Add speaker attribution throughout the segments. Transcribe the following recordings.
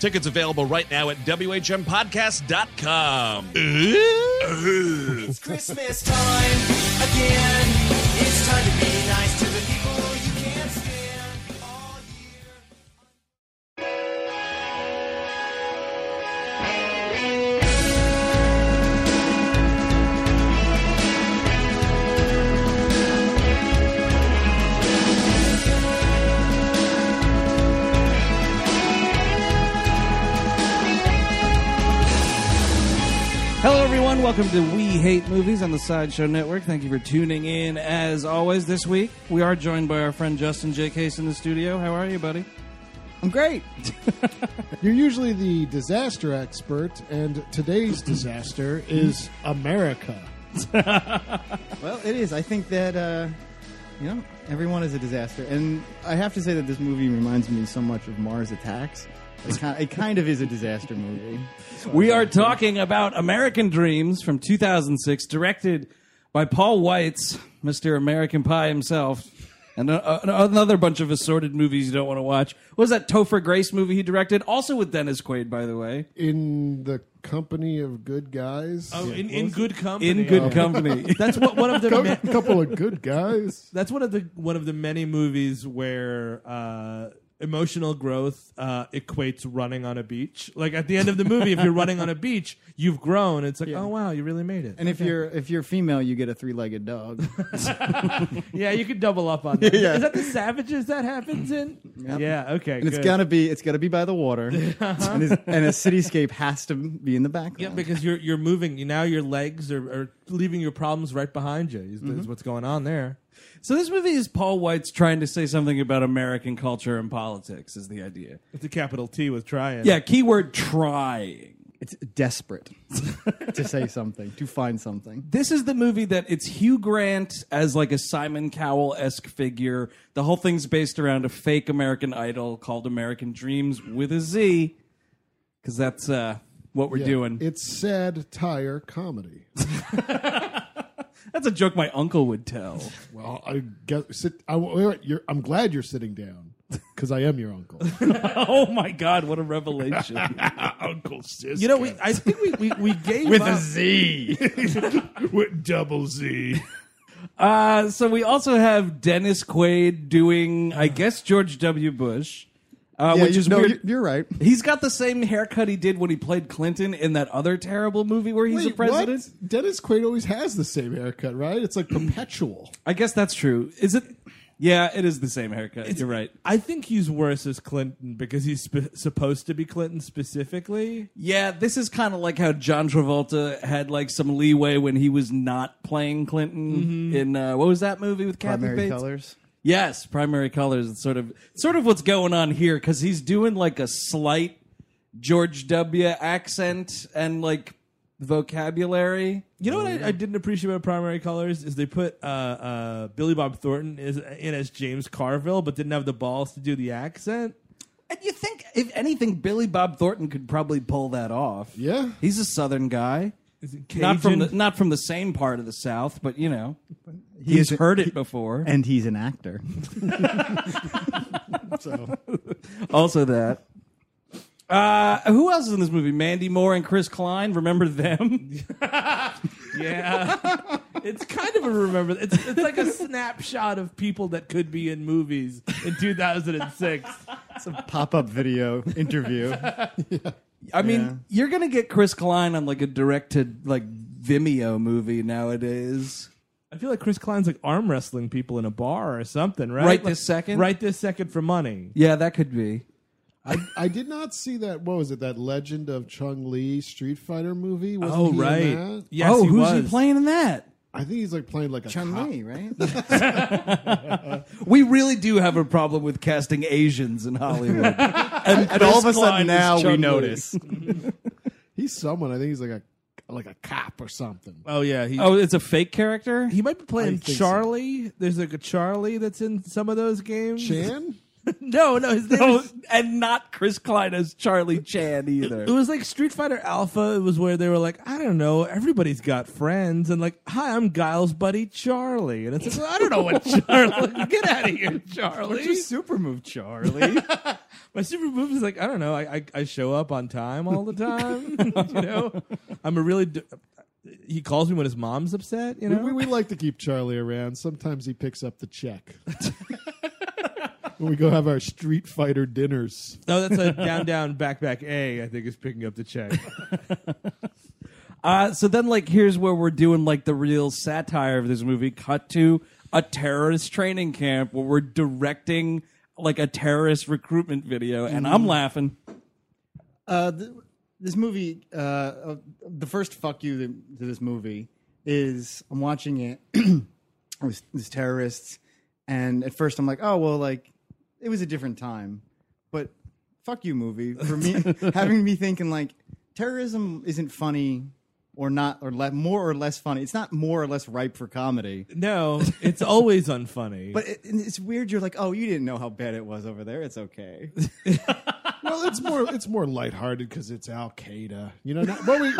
Speaker 1: Tickets available right now at WHMPodcast.com.
Speaker 2: It's Christmas time again. It's time to be nice to the people you can't stand all year.
Speaker 3: Hello, everyone. Welcome to We Hate Movies on the Sideshow Network. Thank you for tuning in. As always, this week we are joined by our friend Justin J. Case in the studio. How are you, buddy?
Speaker 4: I'm great.
Speaker 5: You're usually the disaster expert, and today's disaster is America.
Speaker 4: Well, it is. I think that uh, you know everyone is a disaster, and I have to say that this movie reminds me so much of Mars Attacks. It kind, it kind of is a disaster movie.
Speaker 3: We are talking about American Dreams from 2006, directed by Paul Weitz, Mr. American Pie himself, and uh, another bunch of assorted movies you don't want to watch. What was that Topher Grace movie he directed? Also with Dennis Quaid, by the way.
Speaker 5: In the company of good guys.
Speaker 6: Oh, in, in good company.
Speaker 3: In good company.
Speaker 6: That's what one of the ma-
Speaker 5: A couple of good guys.
Speaker 6: that's one of the one of the many movies where uh, emotional growth uh, equates running on a beach. Like at the end of the movie, if you're running on a beach, you've grown. It's like, oh wow, you really made it.
Speaker 4: And if you're if you're female, you get a three-legged dog.
Speaker 6: yeah, you could double up on that. Is
Speaker 4: Yeah.
Speaker 6: that the savages that happens in? Yeah. Okay.
Speaker 4: And it's
Speaker 6: good.
Speaker 4: gotta be it's gotta be by the water, and, it's- and a cityscape has to be in the background.
Speaker 6: Yeah, because you're you're moving now. Your legs are, are leaving your problems right behind you. Is, is what's going on there?
Speaker 3: So this movie is Paul White's trying to say something about American culture and politics is the idea.
Speaker 6: It's a capital T with trying.
Speaker 3: Yeah, keyword trying.
Speaker 4: it's desperate to say something, to find something.
Speaker 3: This is the movie that it's Hugh Grant as like a Simon Cowell esque figure. The whole thing's based around a fake American Idol called American Dreams with a Z, because that's uh, what we're doing.
Speaker 5: It's sad tire comedy.
Speaker 3: that's a joke my uncle would tell.
Speaker 5: Well, I guess sit. I, wait, wait, you're, I'm glad you're sitting down because I am your uncle.
Speaker 3: oh my God, what a revelation!
Speaker 5: uncle sis.
Speaker 6: You know, we, I think we, we, we gave
Speaker 4: With
Speaker 6: up-
Speaker 4: a Z.
Speaker 5: with double Z.
Speaker 3: Uh, so we also have Dennis Quaid doing, I guess, George W. Bush, uh,
Speaker 4: Yeah,
Speaker 3: which
Speaker 4: you-
Speaker 3: is
Speaker 4: no,
Speaker 3: weird.
Speaker 4: you- you're right.
Speaker 3: He's got the same haircut he did when he played Clinton in that other terrible movie where he's a president.
Speaker 5: What? Dennis Quaid always has the same haircut, right? It's like perpetual.
Speaker 3: I guess that's true. Is it? Yeah, it is the same haircut. You're right.
Speaker 6: I think he's worse as Clinton because he's sp- supposed to be Clinton specifically.
Speaker 3: Yeah, this is kind of like how John Travolta had like some leeway when he was not playing Clinton in uh, what was that movie with Kathy
Speaker 4: Primary
Speaker 3: Bates?
Speaker 4: colors.
Speaker 3: Yes, primary colors. It's sort of sort of what's going on here because he's doing like a slight George W. accent and like vocabulary.
Speaker 6: You know what I, I didn't appreciate about Primary Colors is they put uh, uh, Billy Bob Thornton is, in as James Carville, but didn't have the balls to do the accent.
Speaker 3: And you think, if anything, Billy Bob Thornton could probably pull that off.
Speaker 5: Yeah.
Speaker 3: he's a Southern guy.
Speaker 6: Is it
Speaker 3: Not from the
Speaker 6: Cajun?
Speaker 3: not from the same part of the South, but you know,
Speaker 4: He
Speaker 3: he's
Speaker 4: is-
Speaker 3: heard it before.
Speaker 4: and he's an actor.
Speaker 3: also that. Uh, who else is in this movie? Mandy Moore and Chris Klein. Remember them?
Speaker 6: Yeah, it's kind of a remember. It's it's like a snapshot of people that could be in movies in 2006.
Speaker 4: It's a pop-up video interview.
Speaker 3: I mean, you're gonna get Chris Klein on like a direct to like Vimeo movie nowadays.
Speaker 6: I feel like Chris Klein's like arm wrestling people in a bar or something, right?
Speaker 3: Right
Speaker 6: Like,
Speaker 3: this second?
Speaker 6: Right this second for money.
Speaker 3: Yeah, that could be.
Speaker 5: I, I did not see that. What was it? That Legend of Chung Li Street Fighter movie? Wasn't
Speaker 6: Oh
Speaker 5: he in
Speaker 6: right.
Speaker 5: that?
Speaker 6: Yes,
Speaker 3: oh,
Speaker 6: he
Speaker 3: who's
Speaker 6: was.
Speaker 3: he playing in that?
Speaker 5: I think he's like playing like a
Speaker 4: Chun
Speaker 5: cop.
Speaker 4: Li, right?
Speaker 3: We really do have a problem with casting Asians in Hollywood. and,
Speaker 4: And all of a sudden
Speaker 3: Klein is
Speaker 4: now we
Speaker 3: Chun-Li.
Speaker 4: notice.
Speaker 5: He's someone. I think he's like a like a cop or something.
Speaker 6: Oh yeah, he
Speaker 3: Oh, it's a fake character.
Speaker 6: he might be playing
Speaker 5: think so.
Speaker 6: Charlie. There's like a Charlie that's in some of those games.
Speaker 5: Chan?
Speaker 6: No, no, his name
Speaker 3: No,
Speaker 6: is-
Speaker 3: Oh, and not Chris Klein as Charlie Chan either.
Speaker 6: It was like Street Fighter Alpha. It was where they were like, I don't know, everybody's got friends, and like, hi, I'm Giles' buddy Charlie, and it's like, I don't know what Charlie. Get out of here, Charlie.
Speaker 4: super move, Charlie.
Speaker 6: My super move is like, I don't know, I I, I show up on time all the time. you know, I'm a really. D- he calls me when his mom's upset. You
Speaker 5: We,
Speaker 6: know,
Speaker 5: we, we like to keep Charlie around. Sometimes he picks up the check. when we go have our Street Fighter dinners.
Speaker 6: no, that's a down, down, back, back. A, I think is picking up the check.
Speaker 3: Uh, so then, like, here's where we're doing like the real satire of this movie. Cut to a terrorist training camp where we're directing like a terrorist recruitment video, and
Speaker 6: Mm-hmm.
Speaker 3: I'm laughing.
Speaker 4: Uh, th- this movie, uh, uh, the first fuck you to, to this movie is I'm watching it with these terrorists, and at first I'm like, oh well, like it was a different time, but fuck you movie for me having me thinking like terrorism isn't funny or not or le- more or less funny. It's not more or less ripe for comedy.
Speaker 6: No, it's always unfunny.
Speaker 4: But it, and it's weird. You're like, oh, you didn't know how bad it was over there. It's okay.
Speaker 5: Well, it's more it's more lighthearted because it's Al Qaeda. You know not- what we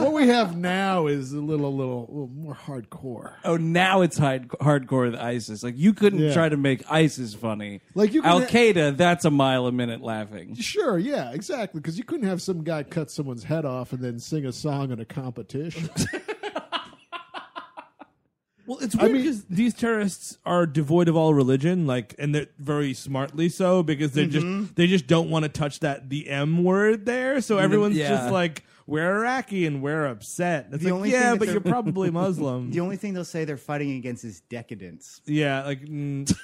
Speaker 5: what we have now is a little little, little more hardcore.
Speaker 3: Oh, now it's hard- hardcore with ISIS. Like, you couldn't
Speaker 5: Yeah.
Speaker 3: try to make ISIS funny.
Speaker 5: Like, you can-
Speaker 3: Al Qaeda, that's a mile a minute laughing.
Speaker 5: Sure, yeah, exactly. Because you couldn't have some guy cut someone's head off and then sing a song in a competition.
Speaker 6: Well, it's weird
Speaker 5: mean-
Speaker 6: because these terrorists are devoid of all religion, like, and they're very smartly so because they are just they just don't want to touch that the M word there. So everyone's
Speaker 3: yeah.
Speaker 6: just like, we're Iraqi and we're upset. It's
Speaker 4: The
Speaker 6: like,
Speaker 4: only thing
Speaker 6: yeah,
Speaker 4: that
Speaker 6: but
Speaker 4: they're-
Speaker 6: you're probably Muslim.
Speaker 4: the only thing they'll say they're fighting against is decadence.
Speaker 6: yeah, like, mm.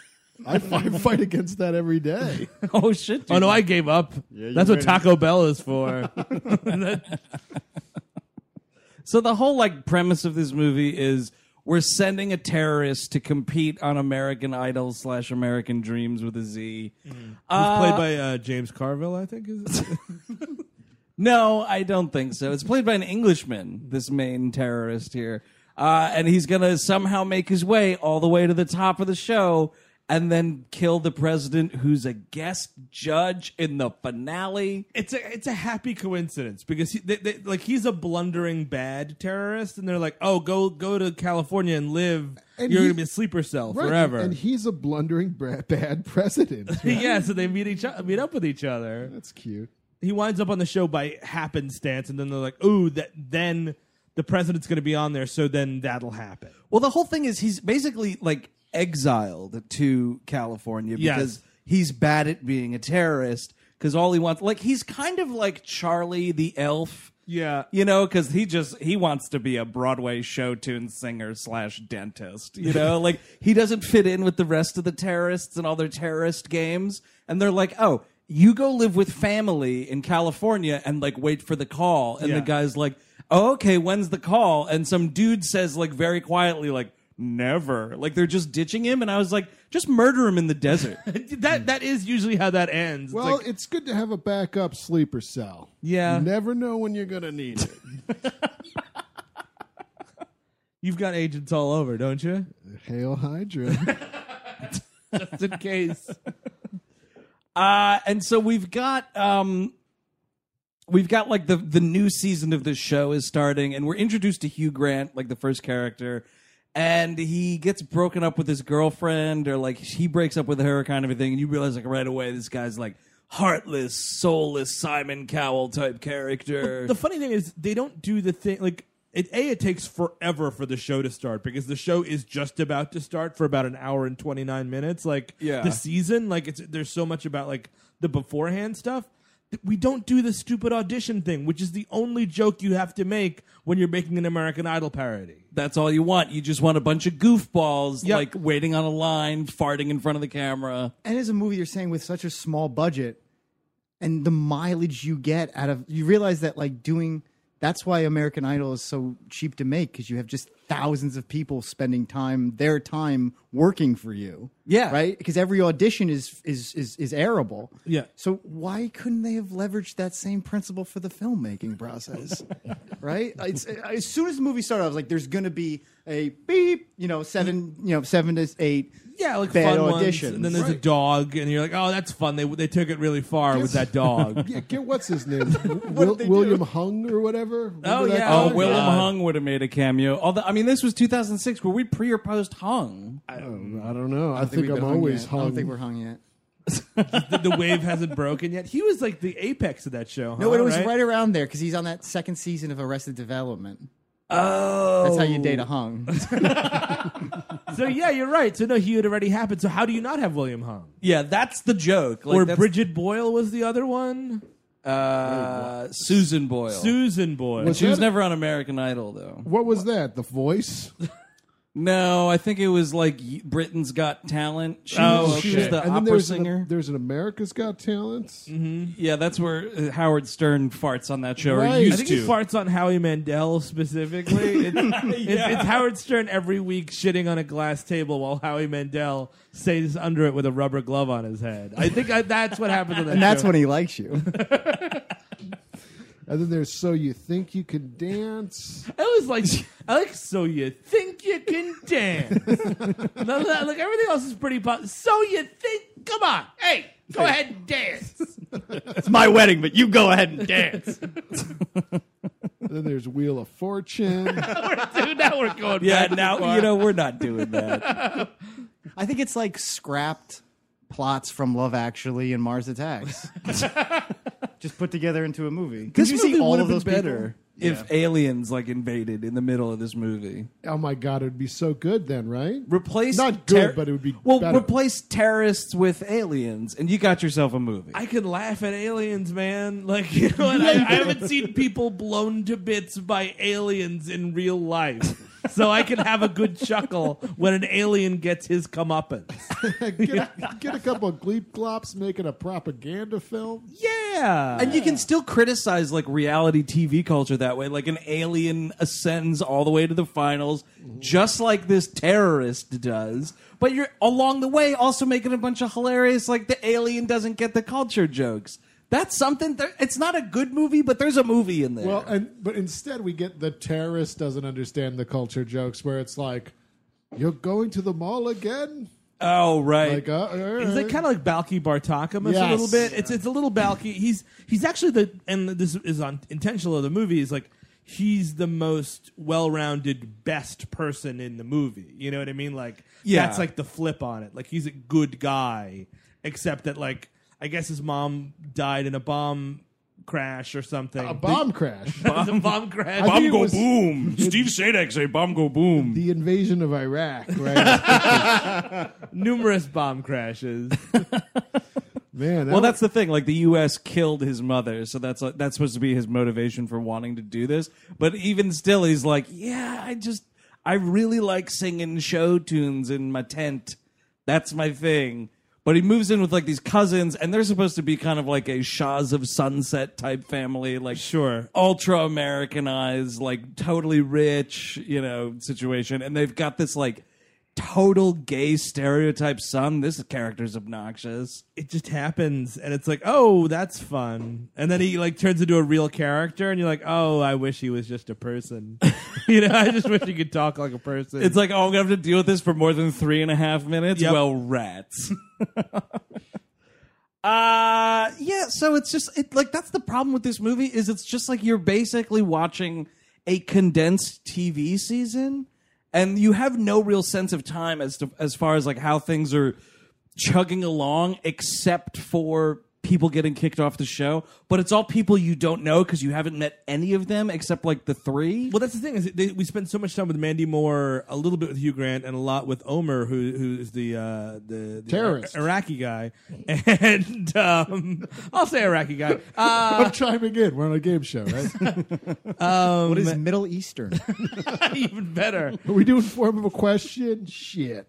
Speaker 5: I, fi- fight against that every day.
Speaker 3: Oh, shit.
Speaker 6: oh no, I gave up.
Speaker 4: you
Speaker 6: That's what
Speaker 4: better-
Speaker 6: Taco Bell is for.
Speaker 3: So the whole like premise of this movie is we're sending a terrorist to compete on American Idol slash American Dreams with a Z.
Speaker 6: It's played by uh, James Carville, I think. Is it?
Speaker 3: No, I don't think so. It's played by an Englishman, this main terrorist here. Uh, and he's going to somehow make his way all the way to the top of the show and then kill the president who's a guest judge in the finale.
Speaker 6: it's a it's a happy coincidence because he, they, they, like he's a blundering bad terrorist, and they're like, oh, go go to California and live.
Speaker 5: And
Speaker 6: You're
Speaker 5: he-
Speaker 6: gonna be a sleeper cell
Speaker 5: Right,
Speaker 6: forever.
Speaker 5: And he's a blundering bra- bad president.
Speaker 6: yeah, so they meet each o- meet up with each other.
Speaker 5: That's cute.
Speaker 6: He winds up on the show by happenstance, and then they're like, "Ooh, that then the president's going to be on there, so then that'll happen."
Speaker 3: Well, the whole thing is he's basically like exiled to California
Speaker 6: Yes.
Speaker 3: because he's bad at being a terrorist. Because all he wants, like, he's kind of like Charlie the Elf.
Speaker 6: Yeah.
Speaker 3: you know, because he just he wants to be a Broadway show tune singer slash dentist. You know, like he doesn't fit in with the rest of the terrorists and all their terrorist games. And they're like, oh, you go live with family in California and like wait for the call. And
Speaker 6: Yeah.
Speaker 3: the guy's like, oh, okay, when's the call? And some dude says like very quietly like. Never. Like they're just ditching him, and I was like, just murder him in the desert.
Speaker 6: That that is usually how that ends. It's
Speaker 5: Well,
Speaker 6: like,
Speaker 5: it's good to have a backup sleeper cell.
Speaker 6: Yeah.
Speaker 5: You never know when you're going to need it.
Speaker 6: You've got agents all over, don't you?
Speaker 5: Hail Hydra.
Speaker 6: Just in case.
Speaker 3: Uh, and so we've got um, we've got like the the new season of this show is starting, and we're introduced to Hugh Grant, like the first character, and he gets broken up with his girlfriend, or like he breaks up with her, kind of a thing, and you realize like right away this guy's like heartless, soulless Simon Cowell type character.
Speaker 6: the funny thing is, they don't do the thing like. It, a it takes forever for the show to start because the show is just about to start for about an hour and 29 minutes like
Speaker 3: Yeah.
Speaker 6: the season like it's there's so much about like the beforehand stuff that we don't do the stupid audition thing which is the only joke you have to make when you're making an american idol parody
Speaker 3: That's all you want. You just want a bunch of goofballs
Speaker 6: Yep.
Speaker 3: like waiting on a line, farting in front of the camera.
Speaker 4: and as a movie you're saying with such a small budget and the mileage you get out of you realize that like doing that's why american idol is so cheap to make because you have just thousands of people spending time their time working for you
Speaker 3: Yeah.
Speaker 4: right because every audition is is is is airable
Speaker 6: Yeah.
Speaker 4: so why couldn't they have leveraged that same principle for the filmmaking process right it's, as soon as the movie started i was like there's gonna be a beep you know seven you know seven to eight
Speaker 6: yeah like
Speaker 4: bad
Speaker 6: fun
Speaker 4: auditions
Speaker 6: ones and then there's a dog and you're like oh that's fun they, they took it really far with that dog
Speaker 5: yeah, get what's his name? Wil- William Hung or whatever. Remember that
Speaker 6: yeah.
Speaker 3: Oh,
Speaker 5: guy?
Speaker 3: Willem Hung would have made a cameo. Although, I mean, this was 2006. Were we pre or post Hung?
Speaker 5: I don't, I don't know. I, think,
Speaker 4: we've
Speaker 5: I'm
Speaker 4: been hung
Speaker 5: always
Speaker 4: yet.
Speaker 5: hung.
Speaker 4: I don't think we're hung yet.
Speaker 6: the, the wave hasn't broken yet he was like the apex of that show
Speaker 4: No,
Speaker 6: huh?
Speaker 4: it was right, around there because he's on that second season of Arrested Development.
Speaker 3: Oh,
Speaker 4: That's how you date a hung.
Speaker 6: So yeah, you're right. So no, he had already happened. So how do you not have William Hung?
Speaker 3: yeah. That's the joke. Like,
Speaker 6: or
Speaker 3: that's,
Speaker 6: Bridget Boyle was the other one.
Speaker 3: uh, Susan Boyle.
Speaker 6: Susan Boyle.
Speaker 5: Was
Speaker 3: she was
Speaker 5: that-
Speaker 3: never on American Idol though.
Speaker 5: What was that? The voice?
Speaker 3: No, I think it was like y- Britain's Got Talent. She,
Speaker 6: Oh,
Speaker 3: she was
Speaker 6: okay.
Speaker 3: the
Speaker 5: and then
Speaker 3: opera
Speaker 5: there's
Speaker 3: singer. Mm-hmm.
Speaker 5: An, there's an America's Got Talent.
Speaker 3: yeah, that's where uh, Howard Stern farts on that show. Or
Speaker 5: Right.
Speaker 3: used
Speaker 6: I think
Speaker 3: to.
Speaker 6: he farts on Howie Mandel specifically. It's, it's, it's Howard Stern every week shitting on a glass table while Howie Mandel stays under it with a rubber glove on his head. I think I, that's what happens on that
Speaker 4: and that's
Speaker 6: show.
Speaker 4: when he likes you.
Speaker 5: And then there's So You Think You Can Dance.
Speaker 6: I was like, I like, so you think you can dance? No, no, like everything else is pretty. Po- so you think? Come on, hey, go ahead and dance.
Speaker 4: it's my wedding, but you go ahead and dance.
Speaker 5: And then there's Wheel of Fortune.
Speaker 6: Dude, now we're going.
Speaker 3: Yeah,
Speaker 6: back too
Speaker 3: now
Speaker 6: far.
Speaker 3: you know we're not doing that.
Speaker 4: I think it's like scrapped plots from Love Actually and Mars Attacks. Just put together into a movie. Could
Speaker 3: this
Speaker 4: you
Speaker 3: movie
Speaker 4: see all
Speaker 3: would
Speaker 4: of
Speaker 3: have been
Speaker 4: those people?
Speaker 3: better if aliens like invaded in the middle of this movie.
Speaker 5: oh my God, it would be so good then, right?
Speaker 3: Replace
Speaker 5: Not good, but it would be
Speaker 3: well.
Speaker 5: better.
Speaker 3: Replace terrorists with aliens, and you got yourself a movie.
Speaker 6: I can laugh at aliens, man. Like you know, what? I, I haven't seen people blown to bits by aliens in real life, so I can have a good chuckle when an alien gets his comeuppance.
Speaker 5: get, a, get a couple of gleep glops making a propaganda film.
Speaker 6: Yeah,
Speaker 3: and you can still criticize like reality TV culture that way. Like an alien ascends all the way to the finals, just like this terrorist does. But you're along the way also making a bunch of hilarious like the alien doesn't get the culture jokes. That's something. There, it's not a good movie, but there's a movie in there.
Speaker 5: Well, and but instead we get the terrorist doesn't understand the culture jokes where it's like, "You're going to the mall again?"
Speaker 3: oh right.
Speaker 5: Like, uh, all
Speaker 6: He's like
Speaker 5: right.
Speaker 6: kind of like Balky Bartakamas a
Speaker 5: Yes.
Speaker 6: little bit. It's it's a little Balky. He's he's actually the and this is on intentional of the movie. Is like he's the most well-rounded, best person in the movie. You know what I mean? Like
Speaker 3: Yeah.
Speaker 6: that's like the flip on it. Like he's a good guy, except that like I guess his mom died in a bomb crash or something.
Speaker 5: a bomb crash.
Speaker 6: It was a bomb crash.
Speaker 5: I think it was
Speaker 3: boom. Steve Sadak say bomb go boom.
Speaker 5: The invasion of Iraq, right?
Speaker 6: Numerous bomb crashes.
Speaker 5: Man, that
Speaker 3: Well,
Speaker 5: was-
Speaker 3: that's the thing. Like the U.S. killed his mother, so that's like, that's supposed to be his motivation for wanting to do this. But even still, he's like, "Yeah, I just I really like singing show tunes in my tent. That's my thing." But he moves in with like these cousins, and they're supposed to be kind of like a Shahs of Sunset type family, like
Speaker 6: Sure.
Speaker 3: ultra Americanized, like totally rich, you know, situation. And they've got this like total gay stereotype son. This character's obnoxious.
Speaker 6: it just happens and it's like oh that's fun and then he like turns into a real character and you're like oh i wish he was just a person you know, I just wish you could talk like a person.
Speaker 3: It's like, oh, I'm gonna have to deal with this for more than three and a half minutes.
Speaker 6: Yep.
Speaker 3: Well, rats. uh yeah. So it's just it like that's the problem with this movie is it's just like you're basically watching a condensed TV season, and you have no real sense of time as to as far as like how things are chugging along, except for people getting kicked off the show. But it's all people you don't know because you haven't met any of them except like the three.
Speaker 6: Well, that's the thing is they, we spend so much time with Mandy Moore, a little bit with Hugh Grant, and a lot with Omer, who who's the uh, the, the
Speaker 5: Terrorist.
Speaker 6: Ira- Iraqi guy, and um, I'll say Iraqi guy. Uh,
Speaker 5: I'm chiming in. We're on a game show, right?
Speaker 4: what is Middle Eastern?
Speaker 6: even better.
Speaker 5: Are we doing form of a question? Shit.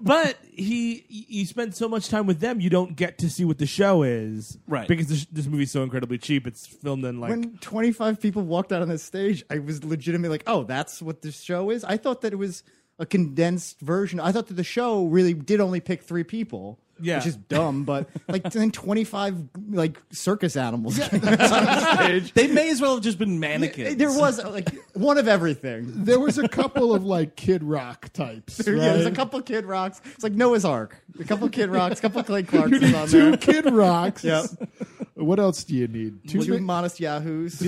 Speaker 6: But he, you spend so much time with them, you don't get to see what the show is,
Speaker 3: Right.
Speaker 6: Because this, this movie's so incredibly cheap. It's filmed in like
Speaker 4: when 25 people walked out on the stage, I was legitimately like, oh, that's what this show is? I thought that it was a condensed version. I thought that the show really did only pick three people.
Speaker 6: Yeah.
Speaker 4: Which is dumb, but like then 25 like circus animals.
Speaker 3: They may as well have just been mannequins.
Speaker 4: there was like one of everything.
Speaker 5: There was a couple of like Kid Rock types. Right?
Speaker 4: Yeah, there's a couple Kid Rocks. It's like Noah's Ark. A couple Kid Rocks, a couple Clay Clarks on
Speaker 5: Two
Speaker 4: there.
Speaker 5: Kid Rocks.
Speaker 4: Yep.
Speaker 5: What else do you need? Two
Speaker 4: Two
Speaker 5: mi-
Speaker 4: modest yahoos.
Speaker 6: yeah,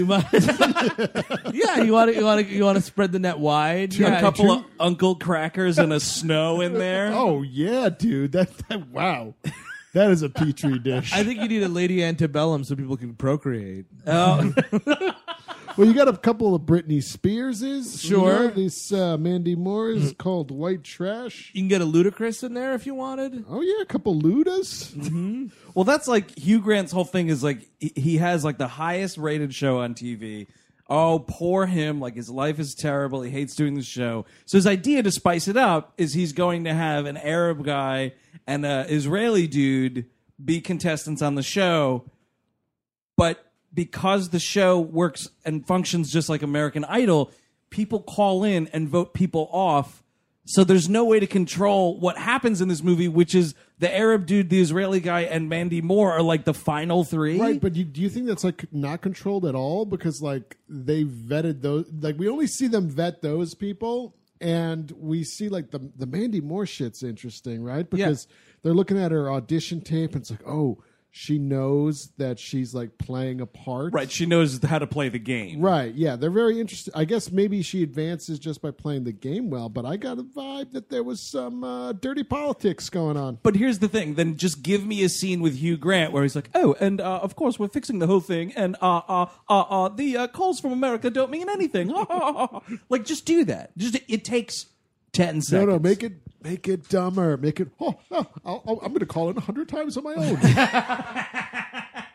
Speaker 6: you want to you want to you want to spread the net wide. yeah,
Speaker 3: a couple of Uncle Crackers and a snow in there.
Speaker 5: oh yeah, dude. That, that wow. That is a petri dish.
Speaker 6: I think you need a lady antebellum so people can procreate.
Speaker 5: Well, you got a couple of Britney Spearses. you
Speaker 6: Sure.
Speaker 5: know, this uh, Mandy Moore is called White Trash.
Speaker 6: You can get a ludicrous in there if you wanted.
Speaker 5: Oh yeah, a couple Ludas.
Speaker 3: Well, that's like Hugh Grant's whole thing is like he- he has like the highest rated show on TV. Oh, poor him. Like his life is terrible. He hates doing the show. So his idea to spice it up is he's going to have an Arab guy and an Israeli dude be contestants on the show. But because the show works and functions just like American Idol, people call in and vote people off. So there's no way to control what happens in this movie, which is the Arab dude, the Israeli guy, and Mandy Moore are like the final three.
Speaker 5: Right, but you, do you think that's like not controlled at all? Because like they vetted those, like we only see them vet those people, and we see like the the Mandy Moore shit's interesting, right? Because they're looking at her audition tape, and it's like, oh, she knows that she's like playing a part,
Speaker 3: Right, She knows how to play the game.
Speaker 5: Right, yeah, they're very interested. I guess maybe she advances just by playing the game well, but I got a vibe that there was some uh, dirty politics going on.
Speaker 3: But here's the thing. Then just give me a scene with Hugh Grant where he's like, "Oh, and uh, of course we're fixing the whole thing, and uh, uh, uh, uh, the uh, calls from America don't mean anything." like, just do that. Just it takes ten
Speaker 5: No,
Speaker 3: seconds.
Speaker 5: no, make it make it dumber. Make it. Oh, oh, I'll, I'll- I'm going to call it a hundred times on my own.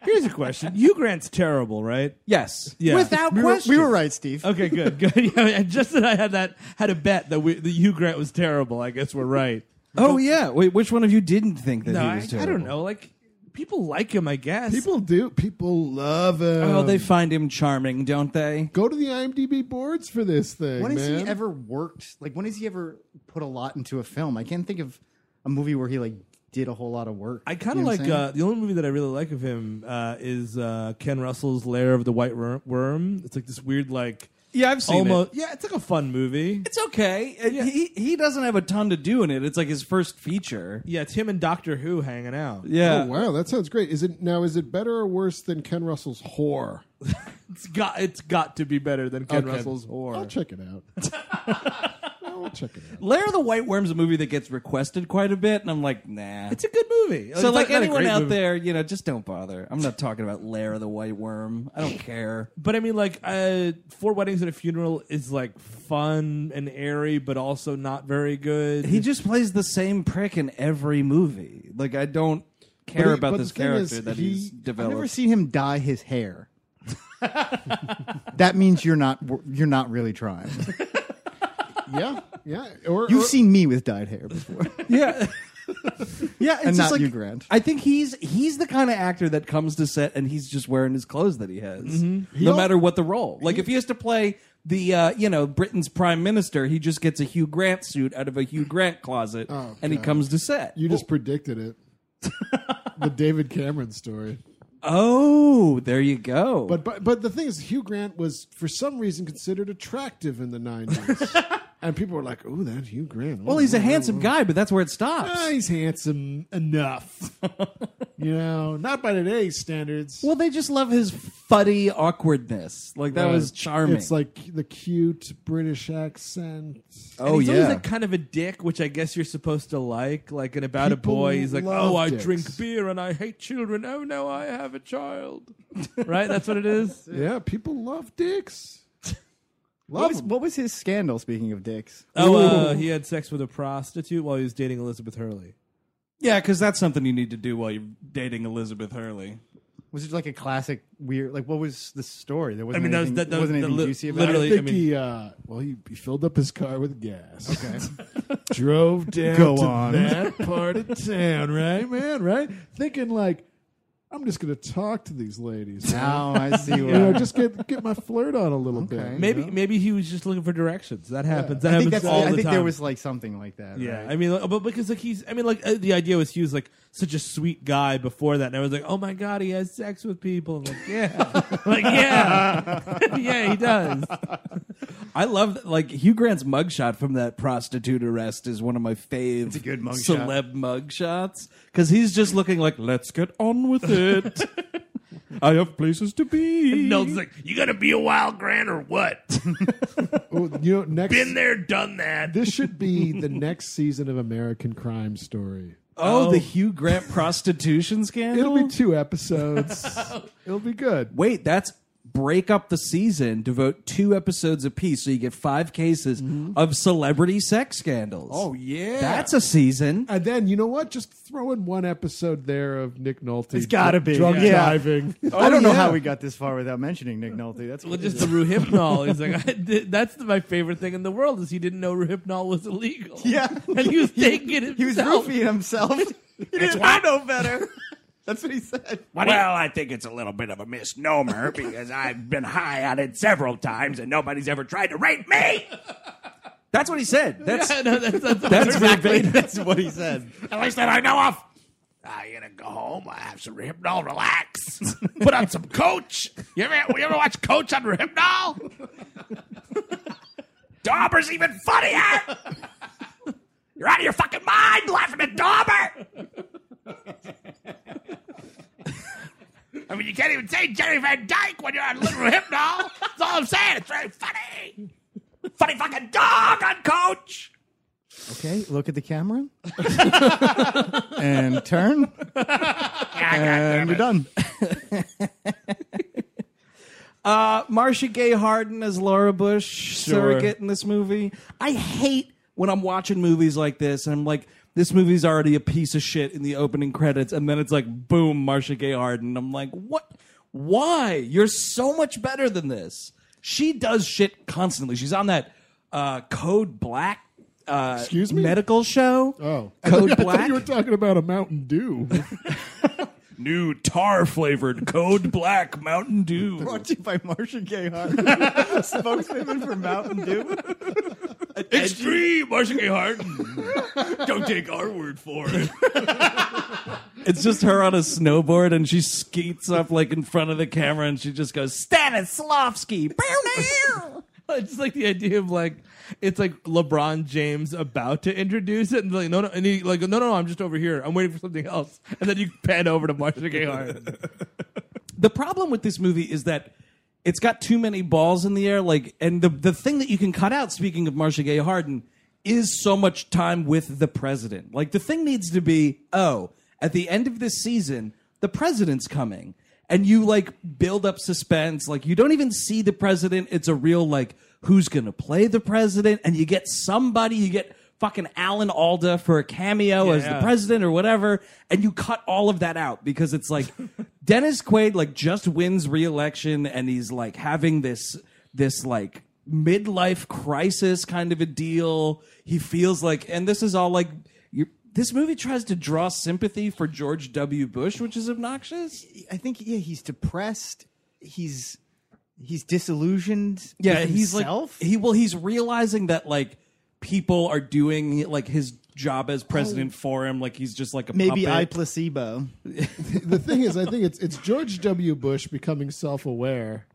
Speaker 6: Here's a question: Hugh Grant's terrible, right?
Speaker 3: yes,
Speaker 6: Yeah.
Speaker 3: without
Speaker 4: we, were,
Speaker 3: question.
Speaker 4: we were right, Steve.
Speaker 6: Okay, good, good. Yeah, and just that I had that had a bet that we, the Hugh Grant was terrible. I guess we're right.
Speaker 3: Oh yeah. Wait, which one of you didn't think that
Speaker 6: No,
Speaker 3: he
Speaker 6: I,
Speaker 3: was
Speaker 6: I
Speaker 3: terrible?
Speaker 6: don't know. Like people like him, I guess.
Speaker 5: people do. People love him.
Speaker 3: Oh, they find him charming, don't they?
Speaker 5: go to the IMDb boards for this thing.
Speaker 4: When has
Speaker 5: man.
Speaker 4: he ever worked? Like, when has he ever put a lot into a film? I can't think of a movie where he like did a whole lot of work.
Speaker 6: I kind
Speaker 4: You
Speaker 6: of
Speaker 4: know what
Speaker 6: like
Speaker 4: I'm saying?
Speaker 6: uh, the only movie that I really like of him uh, is uh, Ken Russell's Lair of the White Wor- Worm. It's like this weird, like
Speaker 3: Yeah, I've seen
Speaker 6: almost yeah, it's like a fun movie.
Speaker 3: It's okay. Uh, He he doesn't have a ton to do in it. It's like his first feature.
Speaker 6: Yeah, it's him and Doctor Who hanging out.
Speaker 3: Yeah.
Speaker 5: Oh, wow, that sounds great. Is it now? Is it better or worse than Ken Russell's whore?
Speaker 6: It's got it's got to be better than Ken
Speaker 5: Okay.
Speaker 6: Russell's Whore.
Speaker 5: I'll check it out. I'll check it out.
Speaker 3: Lair of the White Worm's a movie that gets requested quite a bit, and I'm like, nah.
Speaker 6: It's a good movie.
Speaker 3: so,
Speaker 6: it's
Speaker 3: like
Speaker 6: not a
Speaker 3: anyone
Speaker 6: great
Speaker 3: out
Speaker 6: movie.
Speaker 3: there, you know, just don't bother. I'm not talking about Lair of the White Worm. I don't care.
Speaker 6: But I mean, like, uh, Four Weddings and a Funeral is like fun and airy, but also not very good.
Speaker 3: He just plays the same prick in every movie. Like, I don't care
Speaker 5: But he-
Speaker 3: about
Speaker 5: but
Speaker 3: this
Speaker 5: the thing is,
Speaker 3: character that
Speaker 5: he-
Speaker 3: he's
Speaker 5: I've
Speaker 4: I've never
Speaker 3: developed.
Speaker 4: seen him dye his hair. that means you're not wor- you're not really trying.
Speaker 5: Yeah, yeah. Or
Speaker 4: You've
Speaker 5: or-
Speaker 4: seen me with dyed hair before,
Speaker 3: yeah. yeah, it's
Speaker 4: and
Speaker 3: just
Speaker 4: not
Speaker 3: like
Speaker 4: you, Grant.
Speaker 3: I think he's he's the kind of actor that comes to set and he's just wearing his clothes that he has, no
Speaker 5: al-
Speaker 3: matter what the role. Like if he has to play the uh, you know Britain's prime minister, he just gets a Hugh Grant suit out of a Hugh Grant closet,
Speaker 5: Oh,
Speaker 3: and he comes to set.
Speaker 5: You just predicted it. the David Cameron story.
Speaker 3: Oh, there you go.
Speaker 5: But, but but the thing is, Hugh Grant was for some reason considered attractive in the nineties, and people were like, "Oh, that Hugh Grant."
Speaker 3: well, he's a handsome guy, but that's where it stops.
Speaker 5: Ah, he's handsome enough, you know, not by today's standards.
Speaker 3: Well, they just love his fuddy awkwardness. Like that
Speaker 5: Uh,
Speaker 3: was charming.
Speaker 5: It's like the cute British accent.
Speaker 3: oh
Speaker 6: he's
Speaker 3: yeah,
Speaker 6: always like kind of a dick, which I guess you're supposed to like. Like in About
Speaker 5: People
Speaker 6: a Boy, he's like,
Speaker 5: love
Speaker 6: "Oh, I
Speaker 5: dicks.
Speaker 6: drink beer and I hate children. Oh no, I have a child." right? That's what it is.
Speaker 5: Yeah, people love dicks.
Speaker 4: What
Speaker 5: love
Speaker 4: was,
Speaker 5: 'em.
Speaker 4: what was his scandal? Speaking of dicks,
Speaker 6: Oh, uh, he had sex with a prostitute while he was dating Elizabeth Hurley.
Speaker 3: yeah, because that's something you need to do while you're dating Elizabeth Hurley.
Speaker 4: was it like a classic weird? Like, what was the story? There wasn't
Speaker 6: mean, that was-
Speaker 4: anything,
Speaker 6: that- that-
Speaker 4: wasn't
Speaker 6: that
Speaker 4: anything
Speaker 6: li-
Speaker 4: juicy about
Speaker 6: literally-
Speaker 4: it.
Speaker 5: I think
Speaker 6: I mean-
Speaker 5: he, uh, well, he, he filled up his car with gas. Okay. Drove down
Speaker 4: Go
Speaker 5: to
Speaker 4: on.
Speaker 5: that part of town, right, man? Right? Thinking, like, I'm just going to talk to these ladies.
Speaker 4: Now I see.
Speaker 5: You know,
Speaker 4: Where,
Speaker 5: just get get my flirt on a little
Speaker 4: Okay.
Speaker 5: bit.
Speaker 6: Maybe maybe he was just looking for directions. That happens. That
Speaker 4: I think
Speaker 6: happens
Speaker 4: that's.
Speaker 6: all
Speaker 4: I
Speaker 6: the
Speaker 4: think
Speaker 6: time.
Speaker 4: there was like something like that.
Speaker 6: yeah,
Speaker 4: right?
Speaker 6: I mean, like, but because like he's, I mean, like uh, the idea was he was like such a sweet guy before that, and I was like, oh my god, he has sex with people. I'm like, yeah, like yeah, yeah, he does.
Speaker 3: I love like Hugh Grant's mugshot from that prostitute arrest is one of my fave
Speaker 4: a good mugshot.
Speaker 3: celeb mugshots because he's just looking like let's get on with it. I have places to be.
Speaker 7: Nelson's like, you gonna be a wild grand or what?
Speaker 5: Oh, you know, next
Speaker 7: Been there, done that.
Speaker 5: this should be the next season of American Crime Story.
Speaker 3: oh, the Hugh Grant prostitution scandal.
Speaker 5: It'll be two episodes.
Speaker 4: Oh.
Speaker 5: It'll be good.
Speaker 3: Wait, that's break up the season, devote two episodes apiece, so you get five cases of celebrity sex scandals.
Speaker 5: Oh, yeah.
Speaker 3: that's a season.
Speaker 5: And then you know what? Just throw in one episode there of Nick Nolte.
Speaker 4: It's gotta be.
Speaker 5: drunk
Speaker 4: Yeah.
Speaker 5: driving.
Speaker 4: I don't know
Speaker 5: yeah.
Speaker 4: how we got this far without mentioning Nick Nolte. That's
Speaker 6: Well, just the Ruhypnol. He's like, I did, that's my favorite thing in the world is he didn't know Ruhypnol was illegal.
Speaker 4: Yeah.
Speaker 6: and he was taking it himself.
Speaker 4: he was roofing himself. he didn't I know better. That's what he said.
Speaker 8: Well, I think it's a little bit of a misnomer because I've been high on it several times and nobody's ever tried to rape me.
Speaker 3: That's what he said. That's
Speaker 6: Yeah, no, that's, that's,
Speaker 3: that's exactly.
Speaker 4: That's what he said.
Speaker 8: At least that I know of. I'm Ah, gonna go home. I have some Rehypnol. Relax. Put on some Coach. You ever, you ever watch Coach on Rehypnol? Dauber's even funnier. You're out of your fucking mind laughing at Dauber. I mean, you can't even say Jerry Van Dyke when you're on Little Hypnol. That's all I'm saying. It's very funny. Funny fucking dog on Coach.
Speaker 4: Okay, look at the camera. and turn. and you're done.
Speaker 3: Uh, Marcia Gay Harden as Laura Bush surrogate in this movie. I hate when I'm watching movies like this and I'm like, this movie's already a piece of shit in the opening credits, and then it's like, boom, Marcia Gay Harden. I'm like, what? Why? You're so much better than this. She does shit constantly. She's on that uh, Code Black. Uh,
Speaker 5: Excuse me?
Speaker 3: Medical show.
Speaker 5: Oh,
Speaker 3: Code
Speaker 5: I thought
Speaker 3: Black.
Speaker 5: You were talking about a Mountain Dew.
Speaker 3: New tar flavored Code Black Mountain Dew.
Speaker 4: Brought to you by Marsha Gay Hart, spokeswoman for Mountain Dew.
Speaker 7: Extreme, Marcia Gay Harden. Don't take our word for it.
Speaker 3: It's just her on a snowboard, and she skeets up like in front of the camera, and she just goes Stanislavski.
Speaker 6: I just like the idea of like it's like LeBron James about to introduce it, and like no, no, and he like no, no, I'm just over here. I'm waiting for something else, and then you pan over to Marsha Gay Harden.
Speaker 3: the problem with this movie is that it's got too many balls in the air. Like, and the the thing that you can cut out, speaking of Marcia Gay Harden, is so much time with the president. Like, the thing needs to be oh, at the end of this season, the president's coming, and you like build up suspense. Like, you don't even see the president. It's a real like who's gonna play the president, and you get somebody. You get fucking Alan Alda for a cameo as
Speaker 6: Yeah.
Speaker 3: the president. president or whatever, and you cut all of that out because it's like Dennis Quaid like just wins re-election and he's like having this this like midlife crisis kind of a deal. He feels like, and this is all like you this movie tries to draw sympathy for George W. Bush, which is obnoxious.
Speaker 4: I think yeah, he's depressed. He's he's disillusioned.
Speaker 3: yeah
Speaker 4: with
Speaker 3: he's like
Speaker 4: himself.
Speaker 3: he well he's realizing that like people are doing like his job as president for him. Like he's just like a
Speaker 4: Maybe
Speaker 3: puppet.
Speaker 4: I placebo.
Speaker 5: The thing is, I think it's it's George W. Bush becoming self aware.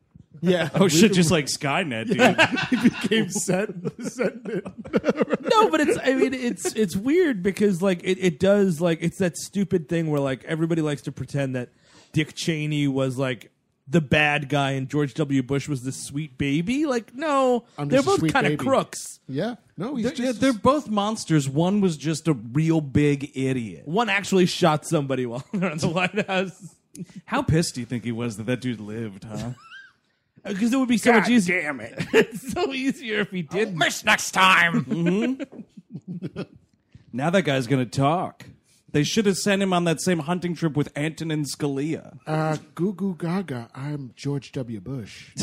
Speaker 5: Yeah.
Speaker 3: Oh shit! Just like Skynet, dude.
Speaker 5: he became set.
Speaker 6: no, but it's I mean it's it's weird because like it, it does like it's that stupid thing where like everybody likes to pretend that Dick Cheney was like the bad guy and George W. Bush was the sweet baby. Like no,
Speaker 5: I'm
Speaker 6: they're
Speaker 5: just a
Speaker 6: both
Speaker 5: sweet
Speaker 6: kind of
Speaker 5: baby.
Speaker 6: crooks.
Speaker 5: Yeah. No, he's
Speaker 3: They're, yeah,
Speaker 5: just
Speaker 3: they're both monsters. One was just a real big idiot.
Speaker 6: One actually shot somebody while they're in the White House
Speaker 3: How pissed do you think he was that that dude lived, huh?
Speaker 6: because it would be so
Speaker 8: God
Speaker 6: much easier.
Speaker 8: damn it.
Speaker 6: it's so easier if he did.
Speaker 8: Miss next time.
Speaker 3: now that guy's gonna talk. They should have sent him on that same hunting trip with Antonin Scalia.
Speaker 5: uh, goo goo gaga. I'm George W. Bush.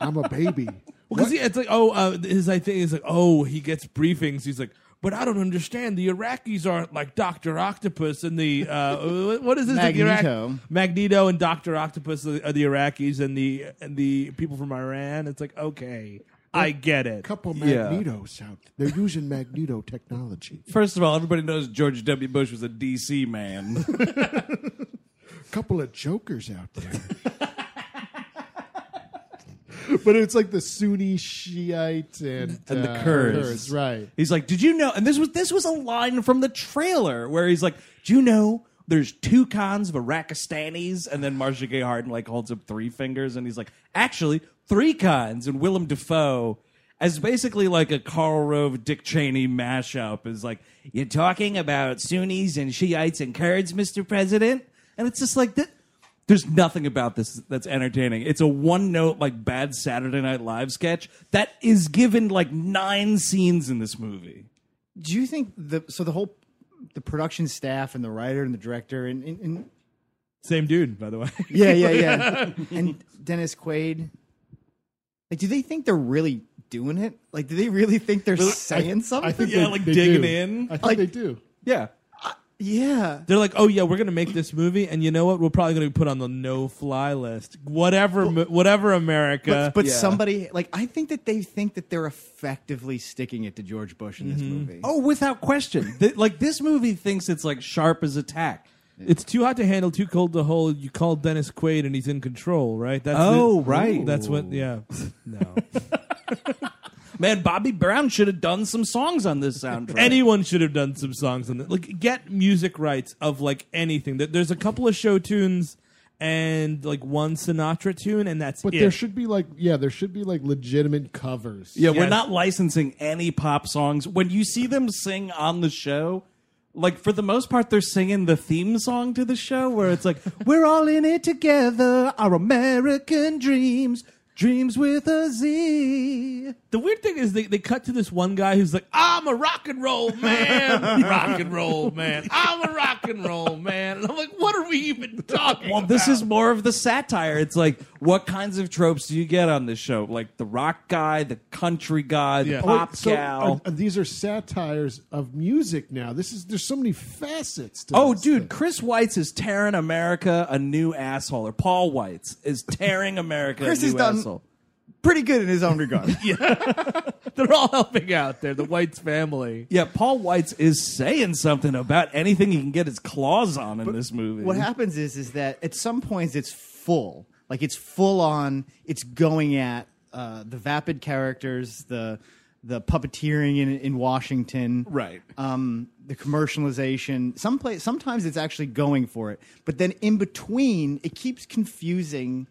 Speaker 5: I'm a baby.
Speaker 6: Because it's like, oh, uh, his I think is like, oh, he gets briefings. He's like, but I don't understand. The Iraqis aren't like Doctor Octopus and the uh, what is this? like,
Speaker 4: Magneto.
Speaker 6: Magneto and Doctor Octopus are the Iraqis and the and the people from Iran. It's like, okay, I get it.
Speaker 5: Couple
Speaker 3: Yeah.
Speaker 5: magnetos out. They're using magneto technology.
Speaker 3: First of all, everybody knows George W. Bush was a DC man.
Speaker 5: couple of jokers out there. but it's like the Sunni, Shiite, and,
Speaker 3: and the
Speaker 5: uh,
Speaker 3: Kurds.
Speaker 5: right?
Speaker 3: He's like, "Did you know?" And this was this was a line from the trailer where he's like, "Do you know?" There's two kinds of Iraqistanis, and then Marsha Gay Harden like holds up three fingers, and he's like, "Actually, three kinds." And Willem Dafoe, as basically like a Karl Rove Dick Cheney mashup, is like, "You're talking about Sunnis and Shiites and Kurds, Mr. President," and it's just like that. There's nothing about this that's entertaining. It's a one note, like bad Saturday Night Live sketch that is given like nine scenes in this movie.
Speaker 4: Do you think the so the whole the production staff and the writer and the director and, and, and
Speaker 6: Same dude, by the way.
Speaker 4: yeah yeah yeah and Dennis Quaid like do they think they're really doing it like do they really think they're saying something
Speaker 5: I think
Speaker 3: Yeah,
Speaker 5: they,
Speaker 3: like
Speaker 5: they
Speaker 3: digging
Speaker 5: do.
Speaker 3: in.
Speaker 5: I think
Speaker 4: Like-
Speaker 5: they do.
Speaker 3: Yeah.
Speaker 4: yeah
Speaker 6: They're like, oh yeah, we're gonna make this movie, and you know what? We're probably gonna put on the no fly list. Whatever, mo- whatever, America.
Speaker 4: but, but
Speaker 3: Yeah.
Speaker 4: somebody like I think that they think that they're effectively sticking it to George Bush in this movie
Speaker 3: Oh, without question. Th- like this movie thinks it's like sharp as a tack.
Speaker 6: It's too hot to handle, too cold to hold. You call Dennis Quaid and he's in control, right? That's
Speaker 3: Oh, right.
Speaker 6: That's what. Yeah. No.
Speaker 3: Man, Bobby Brown should have done some songs on this soundtrack.
Speaker 6: Anyone should have done some songs on that. Like, get music rights of like anything. There- There's a couple of show tunes and like one Sinatra tune, and that's
Speaker 5: But
Speaker 6: it.
Speaker 5: there should be like yeah, there should be like legitimate covers.
Speaker 3: yeah, we're
Speaker 6: Yes.
Speaker 3: not licensing any pop songs. When you see them sing on the show, like for the most part, they're singing the theme song to the show, where it's like, "We're all in it together, our American dreams, dreams with a Z."
Speaker 6: the weird thing is they, they cut to this one guy who's like, I'm a rock and roll man, rock and roll man, I'm a rock and roll man, and I'm like, what are we even talking?
Speaker 3: Well, this is more of the satire. It's like, what kinds of tropes do you get on this show? Like the rock guy, the country guy, the
Speaker 6: Yeah.
Speaker 5: Oh, Wait,
Speaker 3: pop
Speaker 5: so uh,
Speaker 3: gal.
Speaker 5: are- are these are satires of music now. This is there's so many facets. to
Speaker 3: Oh,
Speaker 5: this
Speaker 3: dude,
Speaker 5: thing.
Speaker 3: Chris Weitz is tearing America a new asshole, or Paul Weitz is tearing America
Speaker 4: Chris
Speaker 3: a new
Speaker 4: has done-
Speaker 3: asshole.
Speaker 4: pretty good in his own regard
Speaker 6: They're all helping out there. The White's family.
Speaker 3: Yeah, Paul Weitz is saying something about anything he can get his claws on in this movie.
Speaker 4: what happens is is that at some points it's full like it's full on it's going at uh, the vapid characters the the puppeteering in, in washington
Speaker 3: Right.
Speaker 4: um, the commercialization some place, sometimes it's actually going for it but then in between it keeps confusing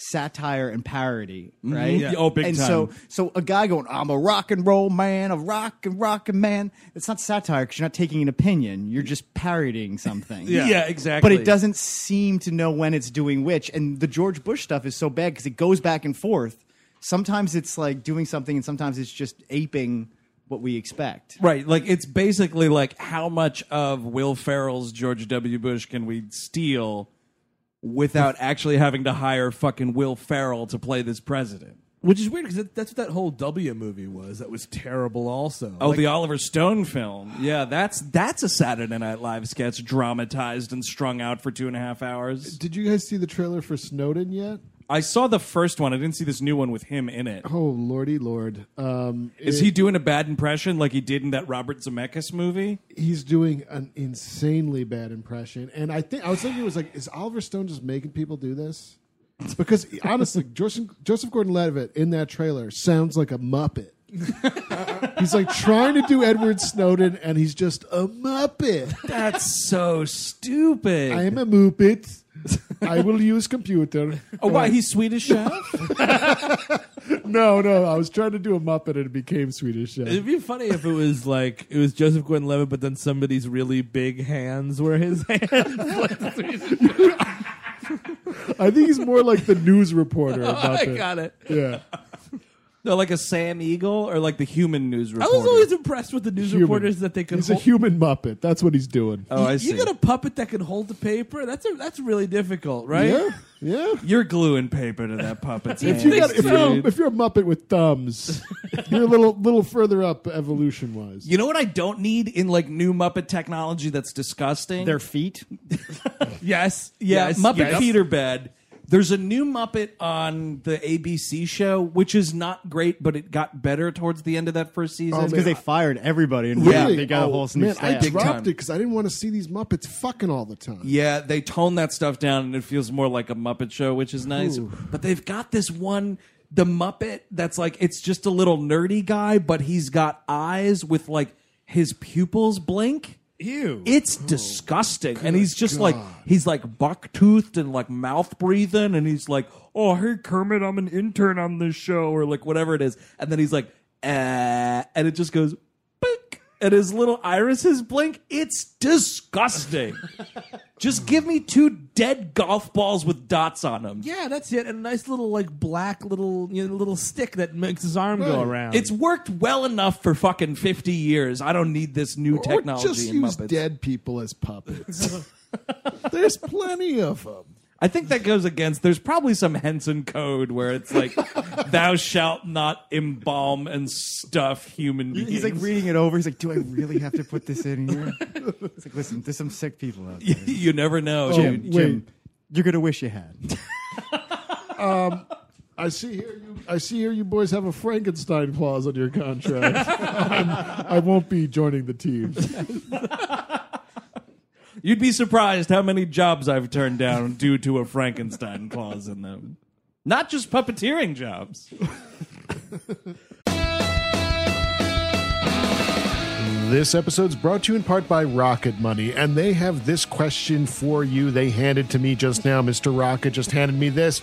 Speaker 4: satire and parody right
Speaker 3: Yeah. Oh, big
Speaker 4: and
Speaker 3: time.
Speaker 4: so so a guy going i'm a rock and roll man a rock and rockin' man it's not satire because you're not taking an opinion you're just parodying something
Speaker 3: Yeah, exactly.
Speaker 4: but it doesn't seem to know when it's doing which. And the George Bush stuff is so bad because it goes back and forth. Sometimes it's like doing something, and sometimes it's just aping what we expect.
Speaker 3: Right, like it's basically like how much of Will Ferrell's George W. Bush can we steal without actually having to hire fucking Will Ferrell to play this president?
Speaker 6: Which is weird because that's what that whole W movie was. That was terrible, also.
Speaker 3: Oh, the Oliver Stone film. Yeah, that's that's a Saturday Night Live sketch dramatized and strung out for two and a half hours.
Speaker 5: Did you guys see the trailer for Snowden yet?
Speaker 3: I saw the first one. I didn't see this new one with him in it.
Speaker 5: Oh lordy lord, um,
Speaker 3: Is he doing a bad impression like he did in that Robert Zemeckis movie?
Speaker 5: he's doing an insanely bad impression. And I think I was thinking it was like, is Oliver Stone just making people do this? It's because honestly, Joseph, Joseph Gordon-Levitt in that trailer sounds like a muppet. he's like trying to do Edward Snowden, and he's just a muppet.
Speaker 3: That's so stupid.
Speaker 5: I am a muppet. I will use computer.
Speaker 3: oh, why he's Swedish chef?
Speaker 5: No, no, I was trying to do a muppet, and it became Swedish Chef.
Speaker 6: It'd be funny if it was like it was Joseph Gordon-Levitt, but then somebody's really big hands were his hands.
Speaker 5: I think he's more like the news reporter.
Speaker 6: I
Speaker 5: Muppet.
Speaker 6: got it.
Speaker 5: Yeah.
Speaker 3: no, like a Sam Eagle or like the human news
Speaker 6: I
Speaker 3: reporter.
Speaker 6: was always impressed with the news
Speaker 5: Human.
Speaker 6: reporters that they could.
Speaker 5: He's a
Speaker 6: hold.
Speaker 5: human Muppet. That's what he's doing.
Speaker 3: oh, I see.
Speaker 6: you got a puppet that can hold the paper? That's a, that's really difficult, right?
Speaker 5: Yeah, yeah.
Speaker 3: You're gluing paper to that puppet's hands,
Speaker 5: If you got, if
Speaker 3: dude.
Speaker 5: you're if you're a Muppet with thumbs, you're a little little further up evolution wise.
Speaker 3: You know what I don't need in like new Muppet technology that's disgusting?
Speaker 4: Their feet.
Speaker 6: Yes.
Speaker 3: yeah,
Speaker 6: Yes.
Speaker 3: Muppet
Speaker 6: yes.
Speaker 3: feet are bad. There's a new Muppet on the ABC show, which is not great, but it got better towards the end of that first season.
Speaker 4: Because Oh, they fired everybody and
Speaker 3: Yeah.
Speaker 4: they got a whole new
Speaker 5: Oh, man,
Speaker 4: staff.
Speaker 5: I dropped
Speaker 3: time.
Speaker 5: it because I didn't want to see these Muppets fucking all the time.
Speaker 3: Yeah, they tone that stuff down and it feels more like a Muppet show, which is nice. But they've got this one, the Muppet, that's like, it's just a little nerdy guy, but he's got eyes with like his pupils blink.
Speaker 6: Ew.
Speaker 3: It's disgusting. And he's just like, he's like buck toothed and like mouth breathing. And he's like, oh, hey, Kermit, I'm an intern on this show or like whatever it is. And then he's like, eh, and it just goes, boink, and his little irises blink. It's disgusting. Just give me two dead golf balls with dots on them.
Speaker 6: Yeah, that's it. And a nice little like black little you know, little stick that makes his arm go around.
Speaker 3: It's worked well enough for fucking 50 years. I don't need this new technology
Speaker 5: or just
Speaker 3: in
Speaker 5: use
Speaker 3: Muppets.
Speaker 5: dead people as puppets. There's plenty of them.
Speaker 3: I think that goes against. There's probably some Henson code where it's like, "Thou shalt not embalm and stuff human beings."
Speaker 4: He's like reading it over. He's like, "Do I really have to put this in here?" It's like, "Listen, there's some sick people out there."
Speaker 3: you never know.
Speaker 4: Jim,
Speaker 5: Oh, wait.
Speaker 4: Jim, you're gonna wish you had.
Speaker 5: I see here you. I see here you boys have a Frankenstein clause on your contract. I'm- I won't be joining the team.
Speaker 3: You'd be surprised how many jobs I've turned down due to a Frankenstein clause in them. Not just puppeteering jobs.
Speaker 5: This episode's brought to you in part by Rocket Money, and they have this question for you. They handed to me just now. Mr. Rocket just handed me this.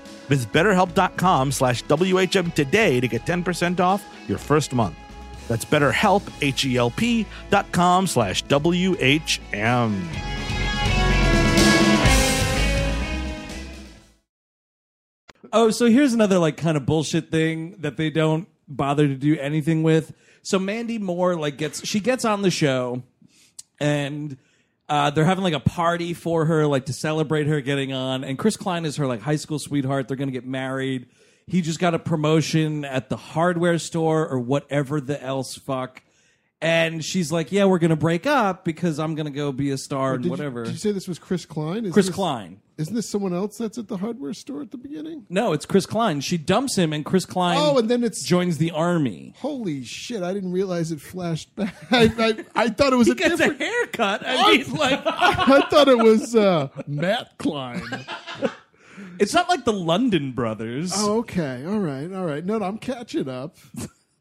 Speaker 9: Visit betterhelp.com slash WHM today to get 10% off your first month. That's betterhelp, H-E-L-P dot com slash W-H-M.
Speaker 3: Oh, so here's another like kind of bullshit thing that they don't bother to do anything with. So Mandy Moore like gets she gets on the show and uh, they're having like a party for her, like to celebrate her getting on. And Chris Klein is her like high school sweetheart. They're gonna get married. He just got a promotion at the hardware store or whatever the else fuck. And she's like, "Yeah, we're gonna break up because I'm gonna go be a star and
Speaker 5: Did you-
Speaker 3: whatever."
Speaker 5: did you say this was Chris Klein? Is
Speaker 3: Chris
Speaker 5: this-
Speaker 3: Klein.
Speaker 5: Isn't this someone else that's at the hardware store at the beginning?
Speaker 3: No, it's Chris Klein. She dumps him, and Chris Klein
Speaker 5: Oh, and then it's-
Speaker 3: joins the army.
Speaker 5: Holy shit! I didn't realize it flashed back. I, I, I thought it was a
Speaker 3: Gets
Speaker 5: different.
Speaker 3: a haircut. I mean, like
Speaker 5: I thought it was uh, Matt Klein.
Speaker 3: it's not like the London Brothers.
Speaker 5: Oh, okay, all right, all right. No, no I'm catching up.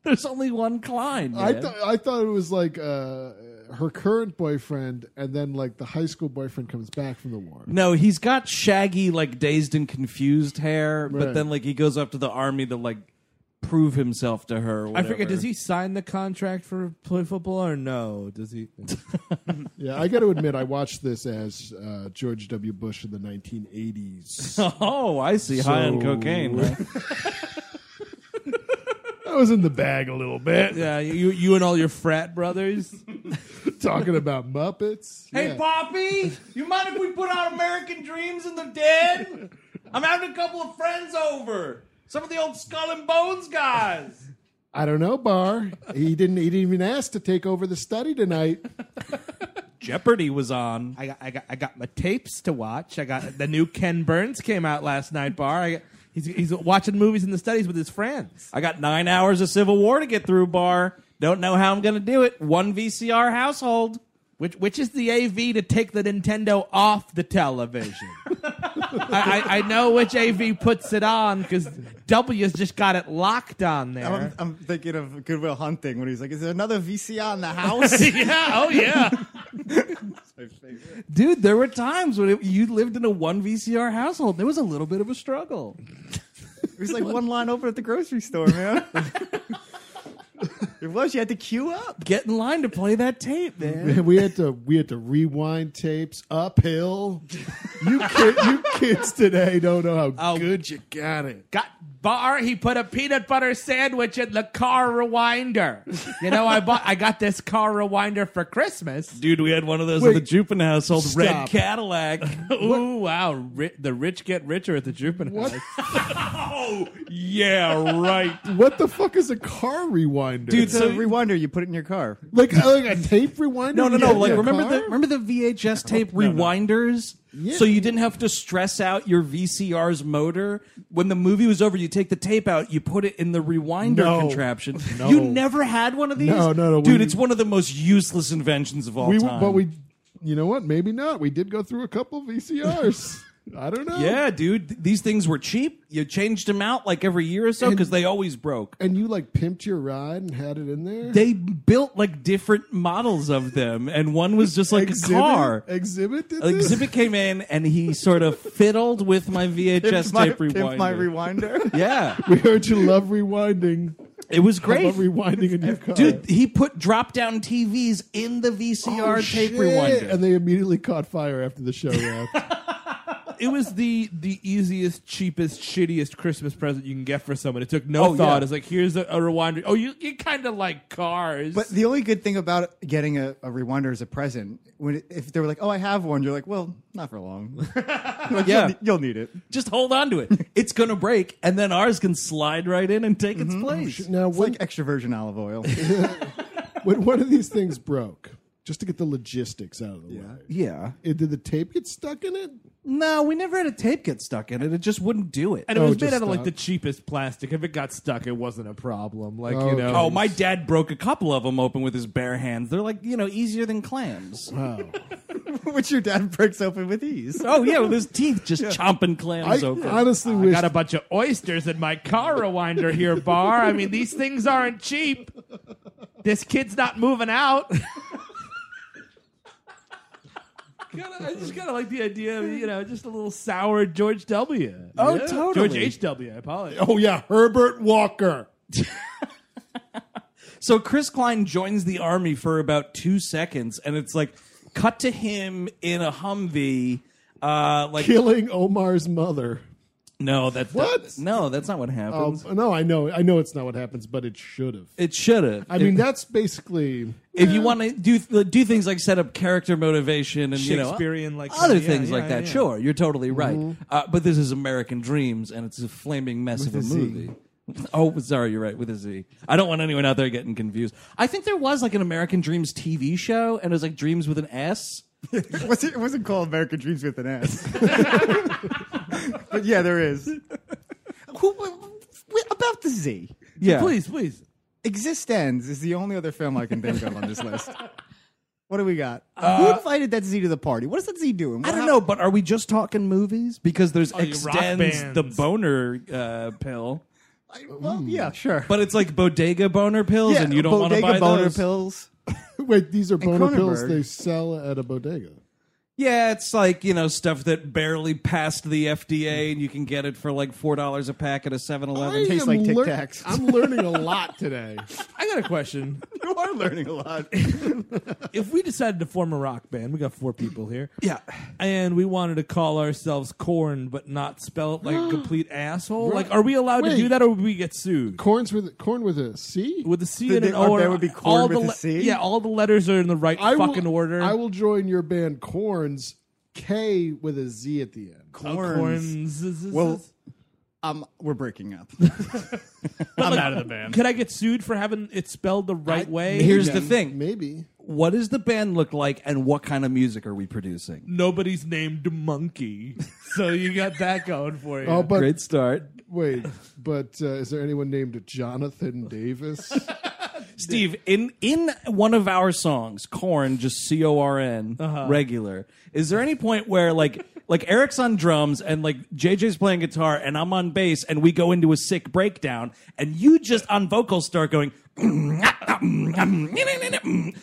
Speaker 3: There's only one Klein.
Speaker 5: I
Speaker 3: man.
Speaker 5: thought I thought it was like uh, her current boyfriend, and then like the high school boyfriend comes back from the war.
Speaker 3: no, he's got shaggy, like dazed and confused hair, but
Speaker 5: Right.
Speaker 3: then like he goes up to the army to like prove himself to her. Or
Speaker 6: I forget.
Speaker 3: whatever.
Speaker 6: Does he sign the contract for play football or no? Does he?
Speaker 5: Yeah, I got to admit, I watched this as uh, George W. Bush in the 1980s.
Speaker 3: Oh, I see. High on
Speaker 5: So-
Speaker 3: cocaine. right?
Speaker 5: I was in the bag a little bit,
Speaker 6: yeah, you you and all your frat brothers.
Speaker 5: talking about Muppets. Yeah.
Speaker 3: Poppy, you mind if we put on American Dreams in the den? I'm having a couple of friends over. Some of the old Skull and Bones guys.
Speaker 5: I don't know, Bar. He didn't. He didn't even ask to take over the study tonight.
Speaker 3: Jeopardy was on.
Speaker 6: I got, I got I got my tapes to watch. I got the new Ken Burns came out last night. Bar, I, he's he's watching movies in the studies with his friends.
Speaker 3: I got nine hours of Civil War to get through, Bar. Don't know how I'm going to do it. One VCR household.
Speaker 6: Which which is the AV to take the Nintendo off the television? I, I, I know which AV puts it on because W's just got it locked on there.
Speaker 4: I'm,
Speaker 3: Oh.
Speaker 4: I'm thinking of Goodwill Hunting when he's like, "Is there another VCR in the house?"
Speaker 6: yeah, oh yeah.
Speaker 3: Dude, there were times when it, you lived in a one VCR household. There was a little bit of a struggle.
Speaker 4: It was like one line over at the grocery store, man. it was. You had to queue up.
Speaker 3: Get in line to play that tape, man.
Speaker 5: we had to. We had to rewind tapes uphill. You kid, you kids today don't know how
Speaker 3: Oh.
Speaker 5: good you got it.
Speaker 6: Got bar. He put a peanut butter sandwich in the car rewinder. You know, I bought. I got this car rewinder for Christmas.
Speaker 3: Dude, we had one of those
Speaker 5: Wait,
Speaker 3: in the Jupin household, red
Speaker 5: stop.
Speaker 3: Cadillac.
Speaker 6: Ooh, wow! Ri- the rich get richer at the Jupiter.
Speaker 5: What?
Speaker 3: Oh, yeah, right.
Speaker 5: What the fuck is a car rewinder?
Speaker 3: Dude,
Speaker 4: It's a rewinder. You put it in your car.
Speaker 5: like, uh, like a tape rewinder?
Speaker 3: No, no,
Speaker 5: you
Speaker 3: no.
Speaker 5: get in
Speaker 3: Like
Speaker 5: your
Speaker 3: remember
Speaker 5: car?
Speaker 3: the remember the VHS tape rewinders? So you didn't have to stress out your VCR's motor. When the movie was over, you take the tape out, you put it in the rewinder
Speaker 5: No.
Speaker 3: contraption.
Speaker 5: No.
Speaker 3: You never had one of these?
Speaker 5: No, no, no,
Speaker 3: Dude,
Speaker 5: we-
Speaker 3: it's one of the most useless inventions of all
Speaker 5: we,
Speaker 3: time.
Speaker 5: but we, you know what? Maybe not. We did go through a couple VCRs. I don't know.
Speaker 3: yeah, dude. th- These things were cheap. You changed them out like every year or so because they always broke.
Speaker 5: And you like pimped your ride and had it in there.
Speaker 3: They built like different models of them, and one was just like
Speaker 5: exhibit,
Speaker 3: a car.
Speaker 5: Exhibit did this?
Speaker 3: Exhibit came in and he sort of fiddled with my VHS
Speaker 4: Pimp my,
Speaker 3: tape rewinder.
Speaker 4: pimp my rewinder.
Speaker 3: yeah,
Speaker 5: We heard you love rewinding.
Speaker 3: it was
Speaker 5: How
Speaker 3: great.
Speaker 5: about rewinding in your car,
Speaker 3: Dude, he put drop down TVs in the VCR
Speaker 5: Oh,
Speaker 3: tape
Speaker 5: shit.
Speaker 3: rewinder.
Speaker 5: and they immediately caught fire after the show wrapped.
Speaker 6: It was the the easiest, cheapest, shittiest Christmas present you can get for someone. It took no
Speaker 3: Oh,
Speaker 6: thought.
Speaker 3: yeah.
Speaker 6: It's like here's a, a rewinder. Oh, you you kind of like cars,
Speaker 4: But the only good thing about getting a, a rewinder as a present, when it, if they were like, "Oh, I have one," you're like, "Well, not for long. Like,
Speaker 3: Yeah.
Speaker 4: you'll, ne- you'll need it."
Speaker 3: Just hold on to it. It's gonna break, and Mm-hmm. Oh, then ours can slide right in and take its place.
Speaker 5: now,
Speaker 4: It's
Speaker 5: when,
Speaker 4: like extra virgin olive oil.
Speaker 5: when one of these things broke, just to get the logistics out of the way,
Speaker 3: Yeah.
Speaker 5: it, did the tape get stuck in it?
Speaker 3: No, we never had a tape get stuck in it. It just wouldn't do it.
Speaker 6: And it
Speaker 5: Oh,
Speaker 6: was made
Speaker 5: just
Speaker 6: out of like
Speaker 5: stop.
Speaker 6: the cheapest plastic. If it got stuck, it wasn't a problem. Like you
Speaker 5: Okay.
Speaker 6: know,
Speaker 3: Oh, my dad broke a couple of them open with his bare hands. They're like, you know, easier than clams.
Speaker 4: Which your dad breaks open with ease.
Speaker 3: oh, yeah, with his teeth just chomping clams
Speaker 5: I
Speaker 3: open.
Speaker 5: honestly
Speaker 6: I
Speaker 5: wish
Speaker 6: got a bunch of oysters in my car rewinder here, bar. I mean, these things aren't cheap. This kid's not moving out. Kinda- I just kind of like the idea of you know just a little sour George W.
Speaker 3: oh,
Speaker 6: Yeah.
Speaker 3: totally.
Speaker 6: George H W. I apologize.
Speaker 5: Oh yeah, Herbert Walker.
Speaker 3: So Chris Klein joins the army for about two seconds, and it's like cut to him in a Humvee. Uh, like
Speaker 5: killing Omar's mother.
Speaker 3: no, that's
Speaker 5: What?
Speaker 3: no, that's not what
Speaker 5: Oh,
Speaker 3: happens.
Speaker 5: no, I know, I know it's not what happens, but it should have.
Speaker 3: it should have.
Speaker 5: I mean, that's basically
Speaker 3: if you want to do do things like set up character motivation and you know
Speaker 6: Shakespearean, like,
Speaker 3: other
Speaker 6: yeah,
Speaker 3: things
Speaker 6: yeah,
Speaker 3: like that,
Speaker 6: yeah.
Speaker 3: sure, you're totally right.
Speaker 5: Mm-hmm.
Speaker 3: Uh, but this is American Dreams, and it's a flaming mess of a, movie. Oh, sorry, you're right. With a Z. I don't want anyone out there getting confused. I think there was like an American Dreams TV show, and it was like Dreams with an S.
Speaker 4: What's it wasn't called American Dreams with an S. but yeah, there is. Who, wh- about the Z.
Speaker 3: Yeah,
Speaker 6: Please, please.
Speaker 4: Exist Ends is the only other film I can think of on this list. What do we got? Who invited that Z to the party? What is that Z doing?
Speaker 3: Uh, I don't know, but are we just talking movies? Because there's
Speaker 6: you rock
Speaker 3: extends the
Speaker 6: bands.
Speaker 3: boner uh, pill,
Speaker 4: know. Well, yeah, sure.
Speaker 3: but it's like bodega boner pills,
Speaker 4: yeah,
Speaker 3: and you don't want to
Speaker 4: bodega
Speaker 3: buy
Speaker 4: boner
Speaker 3: those.
Speaker 4: pills.
Speaker 5: wait. These are boner pills
Speaker 4: Cronenberg.
Speaker 5: they sell at a bodega.
Speaker 3: Yeah, it's like you know stuff that barely passed the FDA, and you can get it for like four dollars a pack at a 7-Eleven.
Speaker 4: tastes
Speaker 5: I am
Speaker 4: like Tic Tacs.
Speaker 5: I'm learning a lot today.
Speaker 6: I got a question.
Speaker 4: You are learning a lot.
Speaker 6: if we decided to form a rock band, we got four people here.
Speaker 3: Yeah.
Speaker 6: And we wanted to call ourselves Corn, but not spell it like a complete asshole. Like, are we allowed to
Speaker 5: Wait.
Speaker 6: do that, or would we get sued?
Speaker 5: Corns with corn with a C.
Speaker 6: With a C and
Speaker 4: Then
Speaker 6: an
Speaker 4: they-
Speaker 6: O,
Speaker 4: or
Speaker 6: and
Speaker 4: there would be
Speaker 6: all
Speaker 4: Korn
Speaker 6: the
Speaker 4: with a C?
Speaker 6: Yeah, all the letters are in the right
Speaker 5: I will-
Speaker 6: fucking order.
Speaker 5: I will join your band Corns K with a Z at the end.
Speaker 6: Oh,
Speaker 4: Corns.
Speaker 6: Korns.
Speaker 4: Well, um, we're breaking up.
Speaker 6: I'm out of the band. Could I get sued for having it spelled the right way?
Speaker 3: Here's the thing:
Speaker 5: Maybe
Speaker 3: what does the band look like, and what kind of music are we producing?
Speaker 6: Nobody's named Monkey, so you got that going for you.
Speaker 5: Oh, but
Speaker 3: Great start,
Speaker 5: wait, but uh, is there anyone named Jonathan Davis?
Speaker 3: Steve. In in one of our songs, Corn, just C O R N, regular. Is there any point where like like Eric's on drums and like JJ's playing guitar and I'm on bass and we go into a sick breakdown and you just on vocals start going um,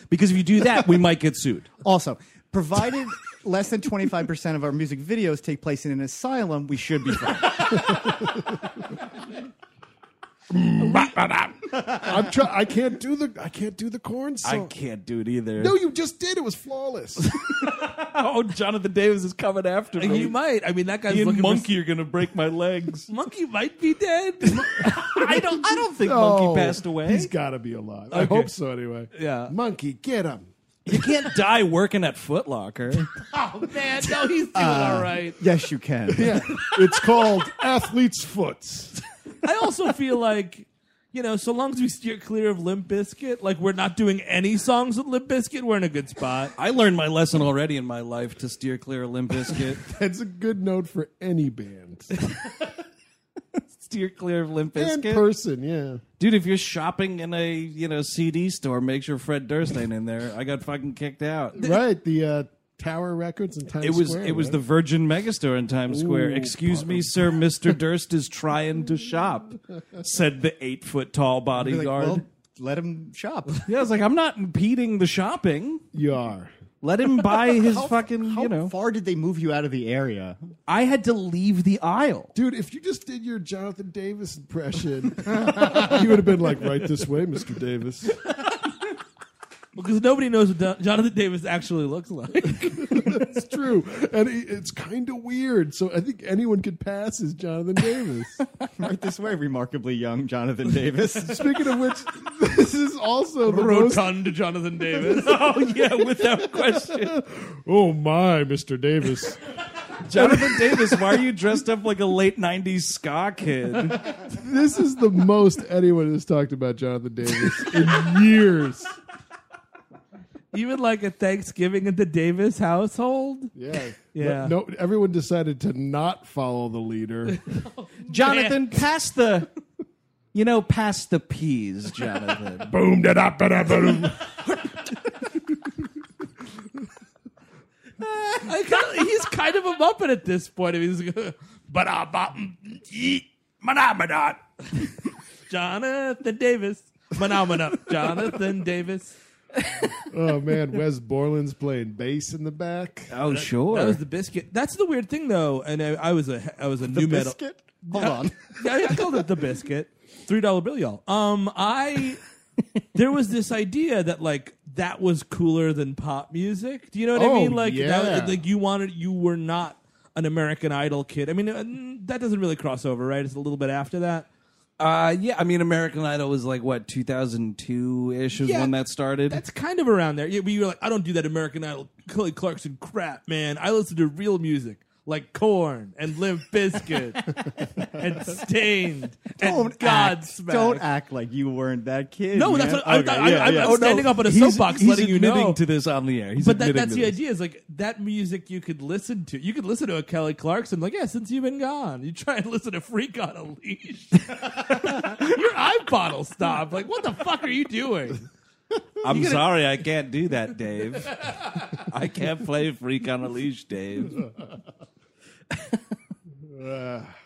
Speaker 3: because if you do that we might get sued.
Speaker 4: Also, provided less than 25% of our music videos take place in an asylum, we should be fine.
Speaker 5: I'm try- I can't do the I can't do the Corns.
Speaker 3: I
Speaker 5: Song.
Speaker 3: can't do it either.
Speaker 5: No, you just did. It was flawless.
Speaker 3: Oh, Jonathan Davis is coming after me.
Speaker 6: you might. I mean, that guy's
Speaker 3: You
Speaker 6: looking
Speaker 3: and
Speaker 6: for-
Speaker 3: Monkey are gonna break my legs.
Speaker 6: Monkey might be dead.
Speaker 3: I don't. I don't think
Speaker 5: No.
Speaker 3: Monkey passed away.
Speaker 5: He's got to be alive. I hope so. Anyway.
Speaker 3: Yeah.
Speaker 5: Monkey, get him.
Speaker 3: you can't die working at Foot Locker.
Speaker 6: oh man, no, he's doing all right.
Speaker 4: yes, you can.
Speaker 5: Yeah. it's called athlete's foot.
Speaker 6: I also feel like, you know, so long as we steer clear of Limp Biscuit, like we're not doing any songs with Limp Biscuit, we're in a good spot.
Speaker 3: I learned my lesson already in my life to steer clear of Limp Bizkit.
Speaker 5: That's a good note for any band.
Speaker 3: steer clear of Limp
Speaker 5: And
Speaker 3: Bizkit.
Speaker 5: person, yeah.
Speaker 3: Dude, if you're shopping in a you know CD store, make sure Fred Durst ain't in there. I got fucking kicked out.
Speaker 5: Right. The uh, Tower Records and Times
Speaker 3: It was
Speaker 5: Square,
Speaker 3: it was
Speaker 5: right?
Speaker 3: the Virgin Megastore in Times Square. Excuse me, sir, Mister Durst is trying to shop," said the eight foot tall
Speaker 4: Be like,
Speaker 3: bodyguard.
Speaker 4: well, let him shop.
Speaker 3: Yeah, I was like, I'm not impeding the shopping.
Speaker 5: You are.
Speaker 3: Let him buy his
Speaker 4: How-
Speaker 3: fucking,
Speaker 4: how
Speaker 3: you know.
Speaker 4: far did they move you out of the area?
Speaker 3: I had to leave the aisle.
Speaker 5: Dude, if you just did your Jonathan Davis impression, you would have been like, right this way, Mr. Davis.
Speaker 6: Because nobody knows what Don- Jonathan Davis actually looks like.
Speaker 5: It's true. And it- it's kind of weird. So I think anyone could pass as Jonathan Davis.
Speaker 4: Right this way, remarkably young Jonathan Davis.
Speaker 5: Speaking of which, this is also the most
Speaker 6: Rotund Jonathan Davis.
Speaker 3: Oh, yeah, without question.
Speaker 5: Oh my, Mr. Davis.
Speaker 3: Jonathan Davis, why are you dressed up like a late 90s ska kid?
Speaker 5: this is the most anyone has talked about Jonathan Davis in years.
Speaker 6: even like a Thanksgiving at the Davis household.
Speaker 5: Yeah.
Speaker 6: Yeah.
Speaker 5: No, everyone decided to not follow the leader.
Speaker 3: Jonathan, pass the. You know, pass the peas, Jonathan.
Speaker 9: boom da da ba da boom.
Speaker 6: I kinda- he's kind of a muppet at this point. I mean, he's-
Speaker 9: Ba da ba eat ma da ma da.
Speaker 6: Jonathan Davis, Manamana, Jonathan Davis.
Speaker 5: oh man, Wes Borland's playing bass in the back.
Speaker 3: oh, sure.
Speaker 6: That was the biscuit. That's the weird thing, though. And I, I was a I was a new metal.
Speaker 4: Biscuit? Hold on.
Speaker 6: Yeah, I called it the biscuit. Three dollar bill, y'all. Um, I there was this idea that like that was cooler than pop music. Do you know what
Speaker 5: Oh,
Speaker 6: I mean? Like
Speaker 5: yeah.
Speaker 6: that, like you wanted you were not an American Idol kid. I mean, uh, mm, that doesn't really cross over, right? It's a little bit after that.
Speaker 3: Uh, yeah, I mean, American Idol was like what 2002 ish is
Speaker 6: Yeah,
Speaker 3: when that started.
Speaker 6: That's kind of around there. Yeah, but you were like, I don't do that American Idol Kelly Clarkson crap, man. I listen to real music. Like corn and Limp Bizkit and Stained and
Speaker 4: act,
Speaker 6: Godsmack.
Speaker 4: don't act like you weren't that kid.
Speaker 6: No,
Speaker 4: man.
Speaker 6: that's what I'm,
Speaker 4: Okay,
Speaker 6: I'm,
Speaker 4: yeah,
Speaker 6: I'm
Speaker 4: yeah.
Speaker 6: standing up on a soapbox,
Speaker 3: he's
Speaker 6: letting you
Speaker 3: admitting
Speaker 6: know.
Speaker 3: to this on the air. He's
Speaker 6: but that,
Speaker 3: admitting
Speaker 6: that's
Speaker 3: to
Speaker 6: the
Speaker 3: this.
Speaker 6: idea is like that music you could listen to. You could listen to a Kelly Clarkson, like yeah, since you've been gone. You try and listen to Freak on a Leash. Your iPod will stop. Like what the fuck are you doing?
Speaker 3: I'm sorry, I can't do that, Dave. I can't play Freak on a Leash, Dave.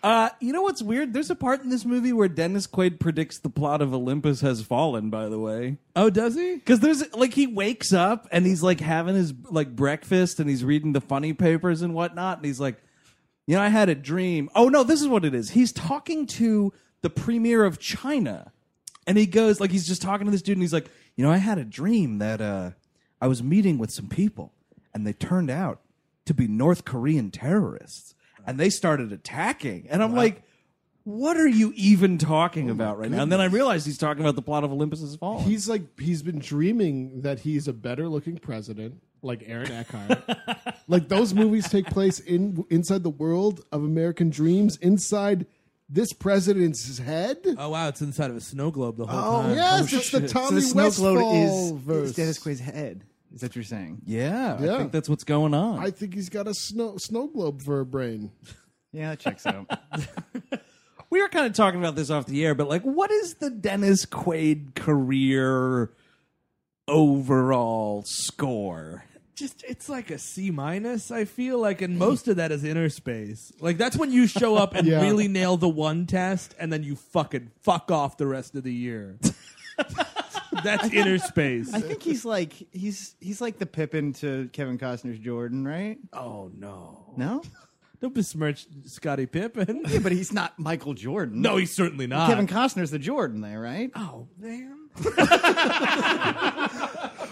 Speaker 3: uh, you know what's weird? There's a part in this movie where Dennis Quaid predicts the plot of Olympus Has Fallen. By the way,
Speaker 6: Oh, does he?
Speaker 3: Because there's like he wakes up and he's like having his like breakfast and he's reading the funny papers and whatnot and he's like, you know, I had a dream. Oh no, this is what it is. He's talking to the premier of China, and he goes like he's just talking to this dude and he's like, you know, I had a dream that uh, I was meeting with some people and they turned out to be North Korean terrorists and they started attacking and I'm like. What are you even talking about right now? And then I realized he's talking about the plot of Olympus Has Fallen.
Speaker 5: He's like he's been dreaming that he's a better looking president, like Aaron Eckhart. like those movies take place in inside the world of American dreams, inside this president's head.
Speaker 6: Oh wow, it's inside of a snow globe the whole
Speaker 5: Oh,
Speaker 6: time.
Speaker 5: yes, it's the
Speaker 4: So
Speaker 5: Tommy
Speaker 4: the snow globe is,
Speaker 5: Westfall
Speaker 4: is
Speaker 5: verse.
Speaker 4: Dennis Quaid's head. Is that what you're saying?
Speaker 3: Yeah, I
Speaker 5: Yeah.
Speaker 3: think that's what's going on.
Speaker 5: I think he's got a snow snow globe for a brain.
Speaker 4: Yeah, that checks out.
Speaker 3: we were kind of talking about this off the air, but like, what is the Dennis Quaid career overall score?
Speaker 6: just it's like a C minus. I feel like, and most of that is inner space. Like that's when you show up and
Speaker 5: Yeah.
Speaker 6: really nail the one test, and then you fucking fuck off the rest of the year. that's inner space.
Speaker 4: I think he's like he's he's like the Pippin to Kevin Costner's Jordan, right?
Speaker 6: oh no!
Speaker 4: No,
Speaker 6: Don't besmirch Scottie Pippen.
Speaker 4: yeah, but he's not Michael Jordan.
Speaker 6: no, he's certainly not.
Speaker 4: Kevin Costner's the Jordan there, right?
Speaker 6: oh man.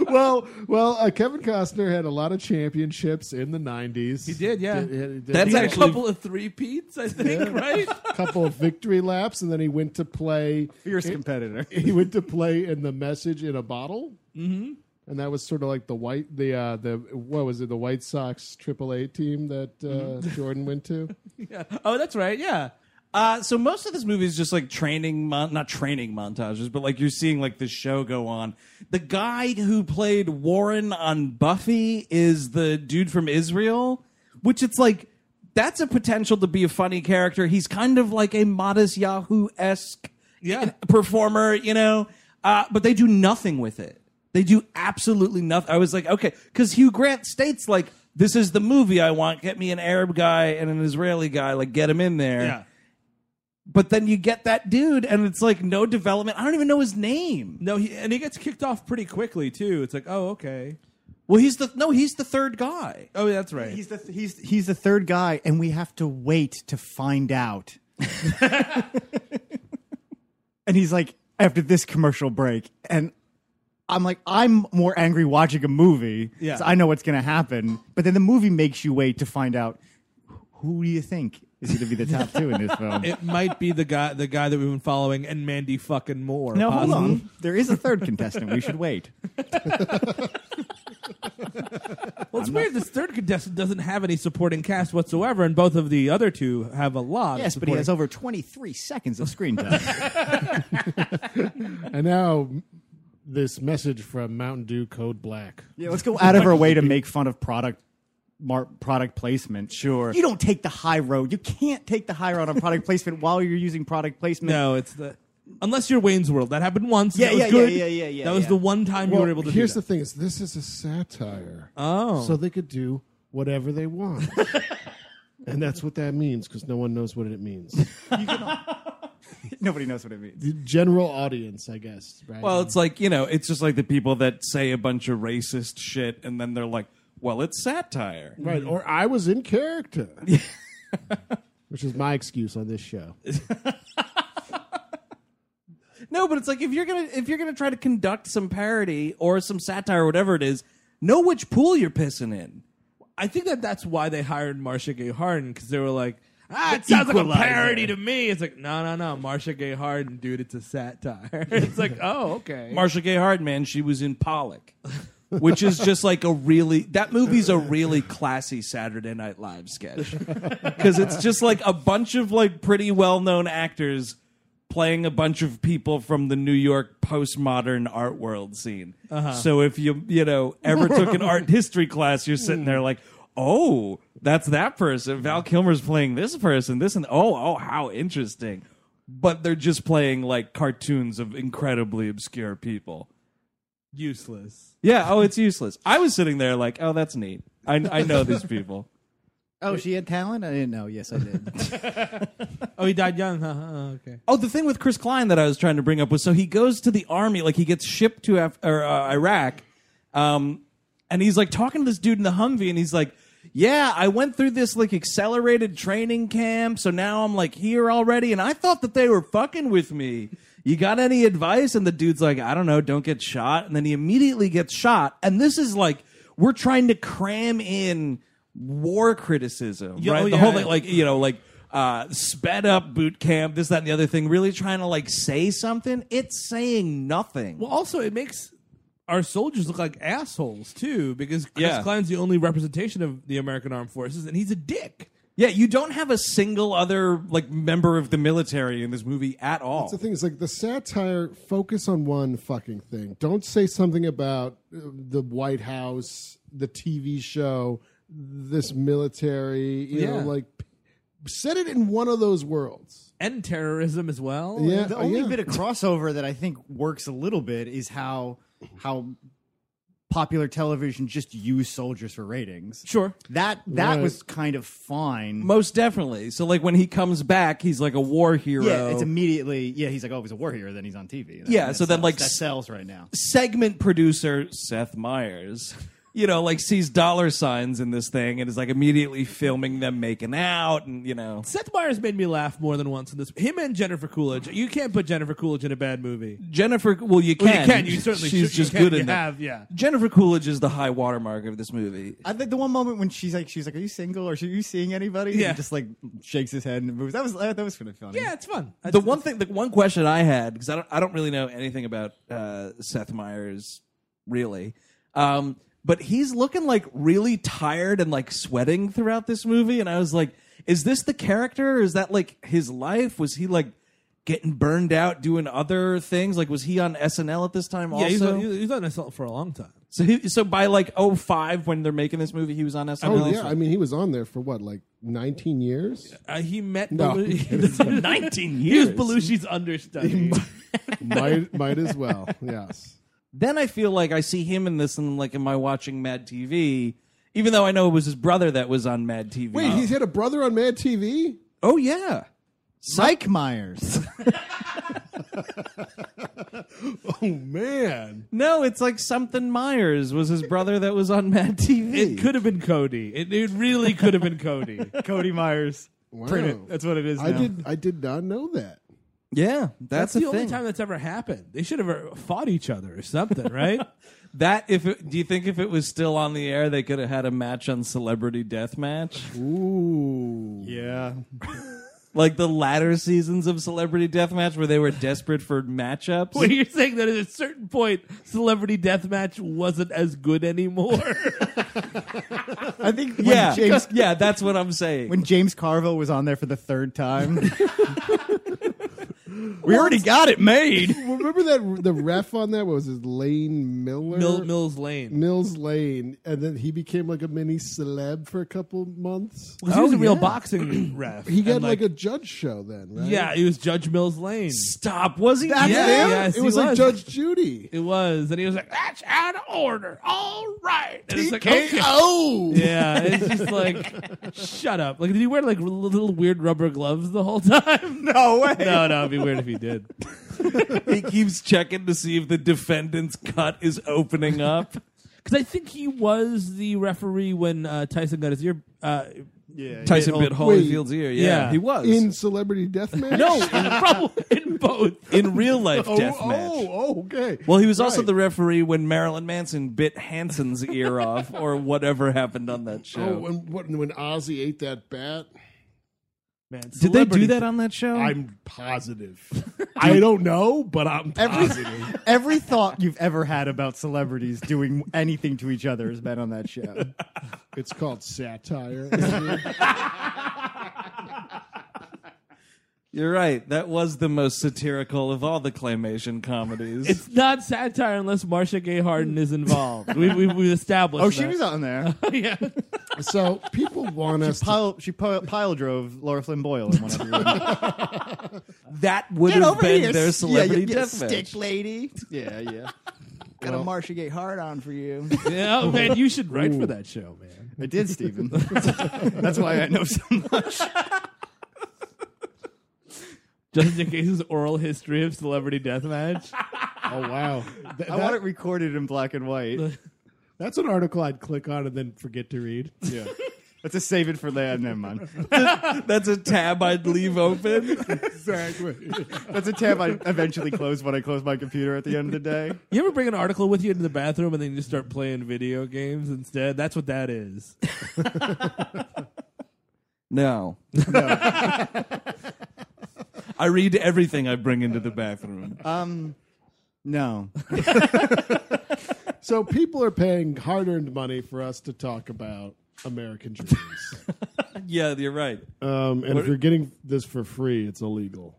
Speaker 5: well, well, uh, Kevin Costner had a lot of championships in the '90s. He
Speaker 6: did, yeah.
Speaker 5: did- did-
Speaker 3: That's
Speaker 5: he had
Speaker 6: A
Speaker 3: actually-
Speaker 6: couple of three peats, I think, right?
Speaker 5: a couple of victory laps, and then he went to play.
Speaker 4: Fierce competitor.
Speaker 5: He went to play in the message in a bottle, mm-hmm. and that was sort of like the white, the uh, the what was it, the White Sox AAA team that uh, Jordan went to.
Speaker 6: Yeah. Oh, that's right. Yeah.
Speaker 3: Uh, so most of this movie is just like training, mon- not training montages, but like you're seeing like this show go on. The guy who played Warren on Buffy is the dude from Israel, which it's like that's a potential to be a funny character. He's kind of like a modest Yahoo esque
Speaker 6: Yeah.
Speaker 3: performer, you know. Uh, but they do nothing with it. They do absolutely nothing. I was like, okay, because Hugh Grant states like, this is the movie I want. Get me an Arab guy and an Israeli guy. Like, get him in there
Speaker 6: Yeah.
Speaker 3: but then you get that dude and it's like no development i don't even know his name
Speaker 6: No, he, and he gets kicked off pretty quickly too. It's like, oh, okay.
Speaker 3: well he's the no he's the third guy
Speaker 6: Oh, that's right.
Speaker 4: He's the he's he's the third guy, and we have to wait to find out. and he's like, after this commercial break, and I'm like, I'm more angry watching a movie.
Speaker 6: Yeah.
Speaker 4: so I know what's gonna happen. But then the movie makes you wait to find out who do you think is gonna be the top two in this film.
Speaker 6: it might be the guy the guy that we've been following and Mandy fucking Moore.
Speaker 4: no, hold
Speaker 6: possibly.
Speaker 4: on. Um, There is a third contestant. We should wait.
Speaker 6: Well, it's weird. This third contestant doesn't have any supporting cast whatsoever, and both of the other two have a lot.
Speaker 4: Yes,
Speaker 6: of
Speaker 4: but he has
Speaker 6: supporting-
Speaker 4: over 23 seconds of screen time.
Speaker 5: And now this message from Mountain Dew Code Black.
Speaker 4: Yeah, let's go out of our way to make fun of product mar- product placement.
Speaker 3: Sure.
Speaker 4: You don't take the high road. You can't take the high road on product placement while you're using product placement.
Speaker 6: No, it's the unless you're Wayne's World. That happened once.
Speaker 4: Yeah,
Speaker 6: that was
Speaker 4: yeah,
Speaker 6: good.
Speaker 4: yeah, yeah, yeah, yeah,
Speaker 6: That was
Speaker 4: yeah.
Speaker 6: the one time you were able to.
Speaker 5: here's
Speaker 6: do
Speaker 5: the thing: is this is a satire,
Speaker 6: Oh.
Speaker 5: so they could do whatever they want, and that's what that means because no one knows what it means.
Speaker 4: Nobody knows what it means.
Speaker 5: The general audience, I guess. Right?
Speaker 3: Well, it's like, you know, it's just like the people that say a bunch of racist shit and then they're like, well, it's satire.
Speaker 5: right, or I was in character, which is my excuse on this show.
Speaker 3: No, but it's like if you're gonna if you're gonna try to conduct some parody or some satire or whatever it is, know which pool you're pissing in.
Speaker 6: I think that that's why they hired Marsha Gay Harden because they were like, ah, it sounds like a parody to me. It's like, no, no, no, Marsha Gay Harden, dude, it's a satire. it's like, oh, okay.
Speaker 3: Marsha Gay Hardman, she was in Pollock, which is just like a really that movie's a really classy Saturday Night Live sketch because it's just like a bunch of like pretty well known actors playing a bunch of people from the New York postmodern art world scene. So if you you know ever took an art history class, you're sitting there like. Oh, that's that person. Val Kilmer's playing this person. This and oh, oh, how interesting. But they're just playing like cartoons of incredibly obscure people.
Speaker 6: Useless.
Speaker 3: Yeah. Oh, it's useless. I was sitting there like, oh, that's neat. I, I know these people.
Speaker 4: Oh, she had talent? I didn't know. Yes, I did.
Speaker 6: Oh, he died young. Huh? Oh, okay.
Speaker 3: Oh, the thing with Chris Klein that I was trying to bring up was so he goes to the army, like he gets shipped to Af- or, uh, Iraq, um, and he's like talking to this dude in the Humvee, and he's like, "Yeah, I went through this like accelerated training camp, so now I'm like here already, and I thought that they were fucking with me. You got any advice?" And the dude's like, "I don't know, don't get shot," and then he immediately gets shot, and this is like we're trying to cram in war criticism,
Speaker 6: Yeah,
Speaker 3: right?
Speaker 6: oh,
Speaker 3: the whole
Speaker 6: yeah.
Speaker 3: thing, like like you know like uh sped up boot camp this that and the other thing really trying to like say something it's saying nothing
Speaker 6: Well, also, it makes our soldiers look like assholes, too, because Chris
Speaker 3: Yeah.
Speaker 6: Klein's the only representation of the American Armed Forces, and he's a dick.
Speaker 3: yeah you don't have a single other like member of the military in this movie at all
Speaker 5: That's the thing. Is like the satire focus on one fucking thing. Don't say something about uh, the White House, the TV show, this military. You know,
Speaker 6: Yeah.
Speaker 5: like p- set it in one of those worlds.
Speaker 6: And terrorism as well.
Speaker 5: Yeah,
Speaker 4: the only
Speaker 5: yeah.
Speaker 4: bit of crossover that I think works a little bit is how how popular television just used soldiers for ratings.
Speaker 6: Sure.
Speaker 4: That that
Speaker 5: Right.
Speaker 4: was kind of fine.
Speaker 3: most definitely so like when he comes back he's like a war hero
Speaker 4: yeah, it's immediately. Yeah, he's like, oh, he's a war hero. Then he's on TV. That-
Speaker 3: Yeah,
Speaker 4: that
Speaker 3: so then,
Speaker 4: sells.
Speaker 3: like,
Speaker 4: that
Speaker 3: s-
Speaker 4: sells right now.
Speaker 3: segment producer Seth Meyers, you know, like sees dollar signs in this thing and is like immediately filming them making out and you know.
Speaker 6: Seth Meyers made me laugh more than once in this. Him and Jennifer Coolidge. You can't put Jennifer Coolidge in a bad movie.
Speaker 3: Jennifer, well, you can.
Speaker 6: Well, you can. You certainly
Speaker 3: She's
Speaker 6: should. You
Speaker 3: just
Speaker 6: can.
Speaker 3: good
Speaker 6: You
Speaker 3: in that.
Speaker 6: have, yeah.
Speaker 3: Jennifer Coolidge is the high watermark of this movie.
Speaker 4: I think the one moment when she's like, she's like, "Are you single? Or are you seeing anybody?" And
Speaker 6: Yeah.
Speaker 4: he just like shakes his head and moves. That was uh, that was kind of funny.
Speaker 6: Yeah, it's fun.
Speaker 3: the one thing, the one question I had, because I don't, I don't really know anything about uh, Seth Meyers, really, um, but he's looking like really tired and like sweating throughout this movie, and I was like, is this the character? Or is that like his life? Was he like getting burned out doing other things? Like, was he on SNL at this time
Speaker 6: Yeah, he's
Speaker 3: also?
Speaker 6: on, he's on SNL for a long time.
Speaker 3: so, he, so by like 05, when they're making this movie, he was on SNL.
Speaker 5: Oh yeah, I mean he was on there for what, like nineteen years?
Speaker 6: Uh, he met
Speaker 5: No.
Speaker 6: Belushi.
Speaker 3: nineteen
Speaker 6: he was
Speaker 3: years.
Speaker 6: Belushi's understudy.
Speaker 5: might might as well. Yes.
Speaker 3: then I feel like I see him in this, and I'm like, am I watching Mad TV? Even though I know it was his brother that was on Mad TV.
Speaker 5: Wait, he's had a brother on Mad TV.
Speaker 3: oh yeah,
Speaker 4: Psych Myers.
Speaker 5: Oh man,
Speaker 3: no, it's like something Myers was his brother that was on Mad TV.
Speaker 6: it could have been Cody. It, it really could have been Cody.
Speaker 4: Cody Myers.
Speaker 5: wow.
Speaker 4: Print it. That's what it is.
Speaker 5: I
Speaker 4: now.
Speaker 5: did. I did not know that.
Speaker 3: yeah,
Speaker 6: That's
Speaker 3: that's,
Speaker 6: the
Speaker 3: a
Speaker 6: only
Speaker 3: thing.
Speaker 6: time that's ever happened. They should have uh, fought each other or something, right?
Speaker 3: That if it, do you think if it was still on the air, they could have had a match on Celebrity Deathmatch,
Speaker 5: Ooh.
Speaker 4: Yeah.
Speaker 3: like the latter seasons of Celebrity Deathmatch, where they were desperate for matchups.
Speaker 6: Wait, you're saying that at a certain point, Celebrity Deathmatch wasn't as good anymore.
Speaker 4: I think. When
Speaker 3: yeah,
Speaker 4: James,
Speaker 3: yeah, that's what I'm saying.
Speaker 4: when James Carville was on there for the third time. We already got it made.
Speaker 5: Remember that the ref on that what was his Lane Miller,
Speaker 6: Mill, Mills Lane.
Speaker 5: Mills Lane, and then he became like a mini celeb for a couple months.
Speaker 6: he was a real boxing ref.
Speaker 5: He got
Speaker 6: and,
Speaker 5: like, a judge show then, right?
Speaker 6: yeah, he was Judge Mills Lane.
Speaker 3: Stop. Was he?
Speaker 5: That's
Speaker 6: Yeah,
Speaker 5: him?
Speaker 6: yes,
Speaker 5: it
Speaker 6: he
Speaker 5: was like
Speaker 6: was.
Speaker 5: Judge Judy.
Speaker 6: It was, and he was like,
Speaker 8: That's out of order. All right.
Speaker 6: and it's like, okay.
Speaker 5: Oh,
Speaker 6: Yeah, it's just like, shut up. Like, did he wear like little weird rubber gloves the whole time?
Speaker 3: No way.
Speaker 6: No, no, it'd be weird if he did.
Speaker 3: he keeps checking to see if the defendant's cut is opening up.
Speaker 6: Because I think he was the referee when uh, Tyson got his ear. Uh,
Speaker 4: Yeah.
Speaker 3: Tyson bit
Speaker 5: Wait.
Speaker 3: Holyfield's ear. Yeah,
Speaker 6: Yeah.
Speaker 3: he was
Speaker 5: in Celebrity Deathmatch.
Speaker 3: no
Speaker 6: probably in both.
Speaker 3: in real life
Speaker 5: oh,
Speaker 3: death match.
Speaker 5: oh, oh, okay.
Speaker 3: Well, he was also
Speaker 5: Right.
Speaker 3: the referee when Marilyn Manson bit Hanson's ear off, or whatever happened on that
Speaker 5: Oh,
Speaker 3: show.
Speaker 5: and what, when Ozzy ate that bat,
Speaker 6: Man,
Speaker 3: Did they do
Speaker 6: celebrity-
Speaker 3: that on that show?
Speaker 4: Mm.
Speaker 5: I'm positive. I don't know, but I'm
Speaker 4: Every,
Speaker 5: positive.
Speaker 4: every thought you've ever had about celebrities doing anything to each other has been on that show.
Speaker 5: it's called satire.
Speaker 3: You're right. That was the most satirical of all the claymation comedies.
Speaker 6: It's not satire unless Marsha Gay Harden is involved. we, we, we established.
Speaker 4: Oh, she
Speaker 6: that.
Speaker 4: was on there.
Speaker 6: yeah.
Speaker 5: so people want us. To,
Speaker 4: Pile, she pile, pile drove Laura Flynn Boyle in one episode.
Speaker 3: that would have been their celebrity
Speaker 4: yeah,
Speaker 3: death match.
Speaker 4: Stick lady. Yeah, yeah. Got a Marsha Gay hard on for you.
Speaker 6: yeah. Oh man, you should write for that show, man.
Speaker 4: I did, Stephen. That's why I know so much.
Speaker 6: Just in case's oral history of celebrity deathmatch.
Speaker 5: oh wow, Th-
Speaker 4: I
Speaker 5: that-
Speaker 4: want it recorded in black and white.
Speaker 10: That's an article I'd click on and then forget to read.
Speaker 4: Yeah. Let's just save it for later. Never mind.
Speaker 3: That's a tab I'd leave open.
Speaker 5: exactly.
Speaker 4: That's a tab I eventually close when I close my computer at the end of the day.
Speaker 6: You ever bring an article with you into the bathroom and then you just start playing video games instead? That's what that is.
Speaker 3: No. I read everything I bring into the bathroom.
Speaker 4: Um, no.
Speaker 5: so people are paying hard-earned money for us to talk about American dreams.
Speaker 3: yeah, you're right.
Speaker 5: Um, and if you're getting this for free, it's illegal.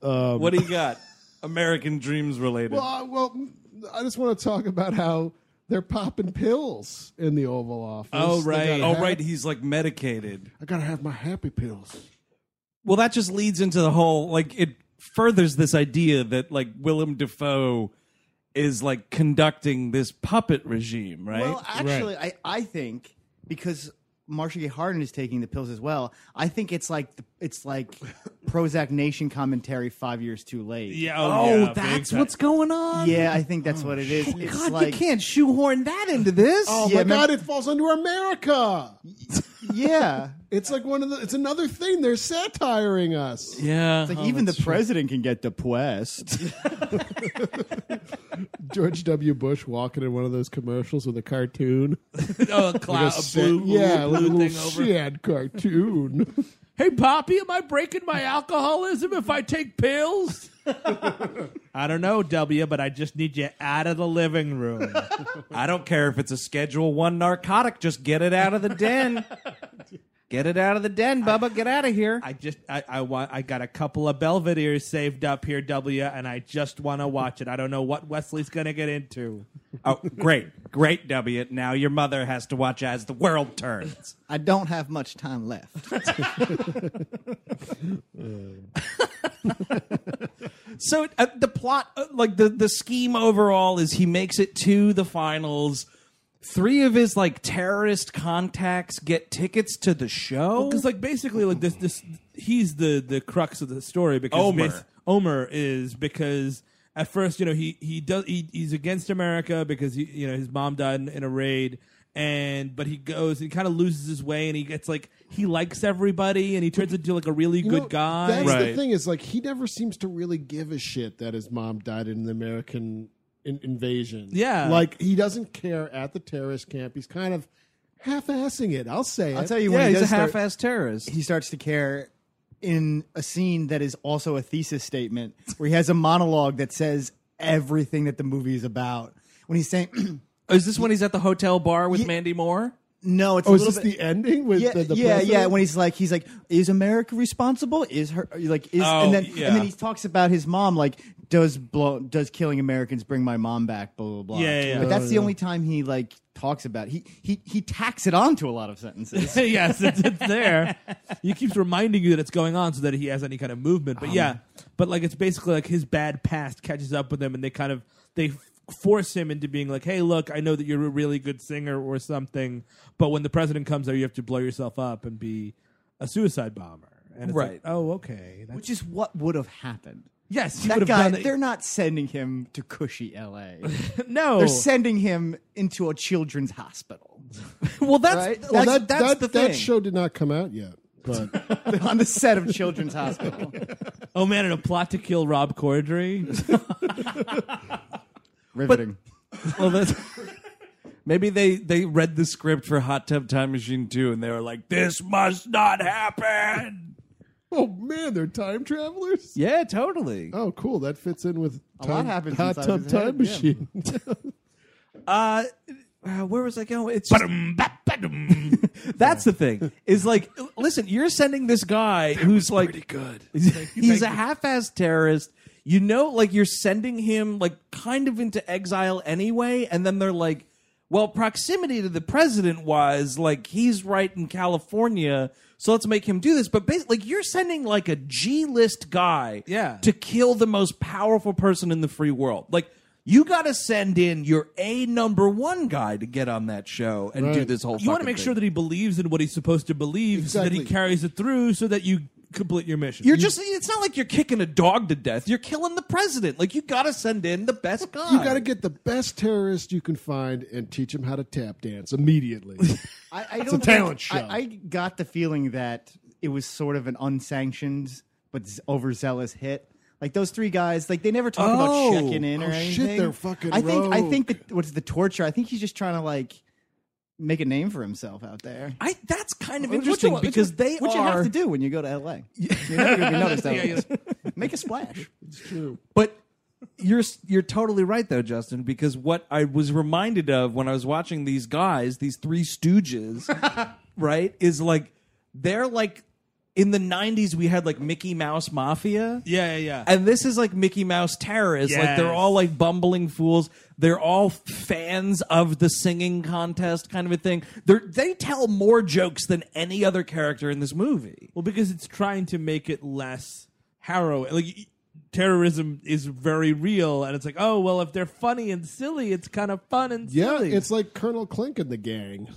Speaker 3: what do you got? American dreams related.
Speaker 5: Well, I, well, mm, I just want to talk about how they're popping pills in the Oval Office.
Speaker 6: Oh,
Speaker 5: They
Speaker 6: right.
Speaker 5: gotta
Speaker 3: oh,
Speaker 5: have-
Speaker 3: right. He's like medicated.
Speaker 5: I gotta have my happy pills.
Speaker 3: Well, that just leads into the whole like it furthers this idea that like Willem Dafoe is like conducting this puppet regime, right?
Speaker 4: Well, actually, I, I think because Marsha Gay Harden is taking the pills as well. I think it's like the, it's like Prozac Nation commentary five years too late.
Speaker 3: oh, that's what's going on.
Speaker 4: Yeah, I think that's what it is. It's
Speaker 3: Oh, God,
Speaker 4: like
Speaker 3: you can't shoehorn that into this.
Speaker 5: Oh
Speaker 4: Yeah,
Speaker 5: my
Speaker 4: remember-
Speaker 5: God! It falls under America.
Speaker 4: yeah,
Speaker 5: It's like one of the. It's another thing. They're satiring us.
Speaker 3: yeah.
Speaker 4: like even the president can get depressed.
Speaker 5: George W. Bush walking in one of those commercials with a cartoon.
Speaker 6: oh, a cloud, a blue,
Speaker 5: yeah,
Speaker 6: blue,
Speaker 5: like a
Speaker 6: blue
Speaker 5: little
Speaker 6: thing over.
Speaker 5: shad cartoon.
Speaker 6: Hey, Poppy, am I breaking my alcoholism if I take pills? I don't know, W, but I just need you out of the living room.
Speaker 3: I don't care if it's a Schedule One narcotic. Just get it out of the den. get it out of the den, Bubba. Get out of here.
Speaker 6: I just, I, I want, I got a couple of Belvedere's saved up here, W, and I just want to watch it. I don't know what Wesley's gonna get into.
Speaker 3: oh, great, great W. Now your mother has to watch as the world turns.
Speaker 4: I don't have much time left.
Speaker 3: So uh, the plot, uh, like the the scheme overall, is he makes it to the finals. Three of his like terrorist contacts get tickets to the show.
Speaker 6: Because, like, basically, like this, this, he's the the crux of the story because
Speaker 3: Omer.
Speaker 6: bas- Omer is because at first, you know, he he does he, he's against America because he, you know his mom died in, in a raid, and but he goes and kind of loses his way and he gets like he likes everybody and he turns into like a really
Speaker 5: You
Speaker 6: good
Speaker 5: know,
Speaker 6: guy.
Speaker 5: That's the thing is like he never seems to really give a shit that his mom died in the American in- invasion.
Speaker 6: Yeah.
Speaker 5: like he doesn't care at the terrorist camp. He's kind of half-assing it. I'll say
Speaker 4: I'll
Speaker 5: it.
Speaker 4: tell you
Speaker 3: yeah,
Speaker 4: when he
Speaker 3: he's a
Speaker 4: does
Speaker 3: half
Speaker 4: start,
Speaker 3: ass terrorist.
Speaker 4: he starts to care in a scene that is also a thesis statement where he has a monologue that says everything that the movie is about. When he's saying
Speaker 3: Is this when he's at the hotel bar with
Speaker 4: Ye-
Speaker 3: Mandy Moore?
Speaker 4: No, it's
Speaker 5: Oh,
Speaker 4: a
Speaker 5: is
Speaker 4: little
Speaker 5: this
Speaker 4: bit-
Speaker 5: the ending with
Speaker 4: yeah,
Speaker 5: the, the
Speaker 4: yeah, yeah.
Speaker 5: president?
Speaker 4: When he's like, he's like, is America responsible? Is her like is
Speaker 1: Oh,
Speaker 4: and then
Speaker 1: yeah.
Speaker 4: and then he talks about his mom like does blow does killing Americans bring my mom back? Blah blah blah.
Speaker 6: Yeah, yeah, yeah.
Speaker 4: But that's the
Speaker 5: Oh,
Speaker 4: only time he like talks about it. he he he tacks it on to a lot of sentences.
Speaker 6: yes, it's, it's there. He keeps reminding you that it's going on so that he has any kind of movement.
Speaker 3: Um,
Speaker 6: But yeah, but like it's basically like his bad past catches up with him, and they kind of they f- force him into being like, "Hey, look, I know that you're a really good singer or something, but when the president comes there, you have to blow yourself up and be a suicide bomber." And it's like,
Speaker 3: Right.
Speaker 6: oh, okay. That's-
Speaker 4: which is what would have happened.
Speaker 6: yes, he
Speaker 4: That
Speaker 6: would've
Speaker 4: guy,
Speaker 6: done it.
Speaker 4: they're not sending him to cushy L.A.
Speaker 6: no.
Speaker 5: Oh.
Speaker 4: they're sending him into a children's hospital.
Speaker 3: Well, that's
Speaker 4: Right?
Speaker 5: Well,
Speaker 4: That's-
Speaker 5: that,
Speaker 4: that's
Speaker 5: that,
Speaker 4: the
Speaker 5: that
Speaker 4: thing.
Speaker 5: show did not come out yet. But
Speaker 4: on the set of Children's Hospital.
Speaker 6: oh man, in a plot to kill Rob Corddry.
Speaker 4: Riveting.
Speaker 3: well, that's maybe they they read the script for Hot Tub Time Machine 2 and they were like, "This must not happen."
Speaker 5: oh man, they're time travelers.
Speaker 3: Yeah, totally.
Speaker 5: Oh, cool. That fits in with
Speaker 4: A
Speaker 5: time,
Speaker 4: lot happens
Speaker 5: hot
Speaker 4: inside
Speaker 5: tub
Speaker 4: his
Speaker 5: time
Speaker 4: head, yeah.
Speaker 5: machine.
Speaker 3: Uh, uh, where was I going? It's just- that's the thing. Is like, listen, you're sending this guy who's like pretty good. He's a half-assed terrorist. You know, like you're sending him like kind of into exile anyway, and then they're like, well, proximity to the president wise, like he's right in California, so let's make him do this. But basically, like you're sending like a G-list guy,
Speaker 6: Yeah.
Speaker 3: to kill the most powerful person in the free world, like. You got to send in your A number one guy to get on that show and do this whole.
Speaker 6: you want to
Speaker 3: fucking
Speaker 6: make
Speaker 3: thing.
Speaker 6: sure that he believes in what he's supposed to believe so that he
Speaker 5: Exactly.
Speaker 6: carries it through so that you complete your mission.
Speaker 3: You're just it's not like you're kicking a dog to death. You're killing the president. Like you gotta send in the best guy.
Speaker 5: You got to get the best terrorist you can find and teach him how to tap dance immediately.
Speaker 4: I, I
Speaker 5: It's
Speaker 4: don't
Speaker 5: a talent
Speaker 4: think,
Speaker 5: show.
Speaker 4: I, I got the feeling that it was sort of an unsanctioned but z- overzealous hit. Like those three guys, like they never talk
Speaker 3: Oh.
Speaker 4: about checking in or
Speaker 5: Oh, shit,
Speaker 4: anything.
Speaker 5: they're fucking
Speaker 4: I think. I
Speaker 5: rogue.
Speaker 4: think that what's the torture? I think he's just trying to like make a name for himself out there.
Speaker 3: I that's kind of
Speaker 4: Which you-
Speaker 3: interesting
Speaker 4: which you-
Speaker 3: because they
Speaker 4: which
Speaker 3: are
Speaker 4: you have to do when you go to LA. You're never gonna be noticed. out there. Make a splash.
Speaker 3: But you're you're totally right though, Justin. Because what I was reminded of when I was watching these guys, these three Stooges, right, is like they're like in the '90s we had like Mickey Mouse Mafia.
Speaker 6: yeah, yeah, yeah.
Speaker 3: And this is like Mickey Mouse terrorists. Like they're
Speaker 6: Yes.
Speaker 3: all like bumbling fools. They're all fans of the singing contest kind of a thing. They're, they tell more jokes than any other character in this movie.
Speaker 6: well, because it's trying to make it less harrowing. Like y- terrorism is very real, and it's like, oh well, if they're funny and silly, it's kind of fun and
Speaker 5: yeah,
Speaker 6: silly.
Speaker 5: it's like Colonel Clink and the gang.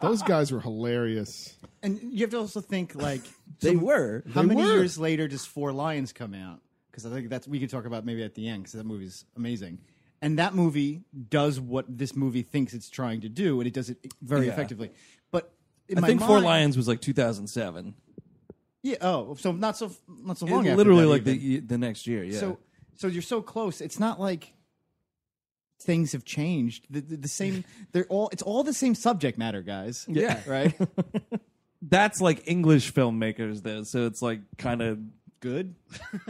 Speaker 5: Those guys were hilarious.
Speaker 4: And you have to also think like
Speaker 3: They were.
Speaker 4: How many
Speaker 5: were.
Speaker 4: years later does Four Lions come out? Because I think that's we could talk about maybe at the end because that movie's amazing. And that movie does what this movie thinks it's trying to do, and it does it very
Speaker 3: Yeah.
Speaker 4: effectively. But in
Speaker 3: I
Speaker 4: my
Speaker 3: think Four
Speaker 4: mind-
Speaker 3: Lions was like 2007.
Speaker 4: Yeah. Oh, so not so not so long. after
Speaker 3: Literally
Speaker 4: that
Speaker 3: like the
Speaker 4: even.
Speaker 3: the next year. Yeah.
Speaker 4: So so you're so close. It's not like things have changed. The, the, the same. They're all. It's all the same subject matter, guys.
Speaker 3: Yeah.
Speaker 4: Right.
Speaker 3: that's like English filmmakers though. So it's like kind of
Speaker 4: Good.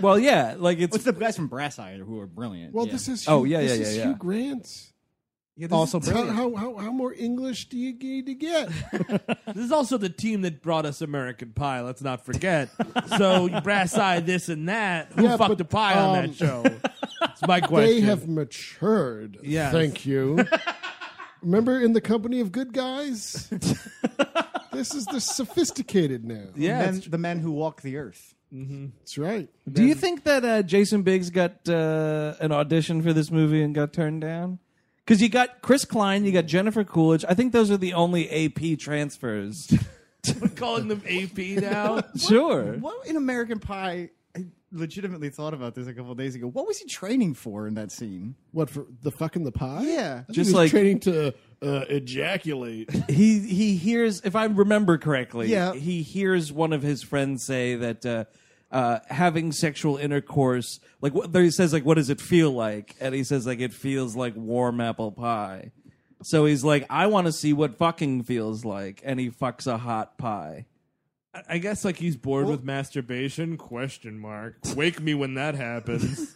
Speaker 3: well, yeah. Like it's
Speaker 4: What's the guys from Brass Eye who are brilliant?
Speaker 5: Well,
Speaker 4: yeah.
Speaker 5: this is
Speaker 3: Oh,
Speaker 5: Hugh-
Speaker 3: yeah,
Speaker 5: this
Speaker 3: yeah,
Speaker 5: is
Speaker 3: yeah,
Speaker 5: Hugh
Speaker 3: yeah.
Speaker 5: Grant.
Speaker 4: also
Speaker 5: How,
Speaker 4: brilliant.
Speaker 5: how how how more English do you need to get?
Speaker 6: this is also the team that brought us American Pie. Let's not forget. so brass eye, this and that. Who
Speaker 5: Yeah,
Speaker 6: fucked
Speaker 5: but,
Speaker 6: a pie on
Speaker 5: um,
Speaker 6: that show? It's my question.
Speaker 5: they have matured.
Speaker 6: Yes.
Speaker 5: Thank you. Remember in the company of good guys? this is the sophisticated now.
Speaker 6: yeah,
Speaker 4: Men-
Speaker 6: it's-
Speaker 4: the men who walk the earth.
Speaker 5: That's right.
Speaker 3: Do you think that uh, Jason Biggs got uh, an audition for this movie and got turned down? Because you got Chris Klein, you got Jennifer Coolidge. I think those are the only AP transfers.
Speaker 6: we're calling them AP now.
Speaker 3: sure.
Speaker 4: What in American Pie? I legitimately thought about this a couple days ago. What was he training for in that scene?
Speaker 5: What for the fucking the pie?
Speaker 4: Yeah.
Speaker 5: I think
Speaker 3: Just
Speaker 5: he was
Speaker 3: like-
Speaker 5: training to uh, ejaculate.
Speaker 3: He he hears, if I remember correctly,
Speaker 4: Yeah.
Speaker 3: he hears one of his friends say that uh, uh, having sexual intercourse, like what, there he says, like what does it feel like? And he says, like it feels like warm apple pie. So he's like, I want to see what fucking feels like, and he fucks a hot pie.
Speaker 6: I guess like he's bored with masturbation? Question mark. Wake me when that happens.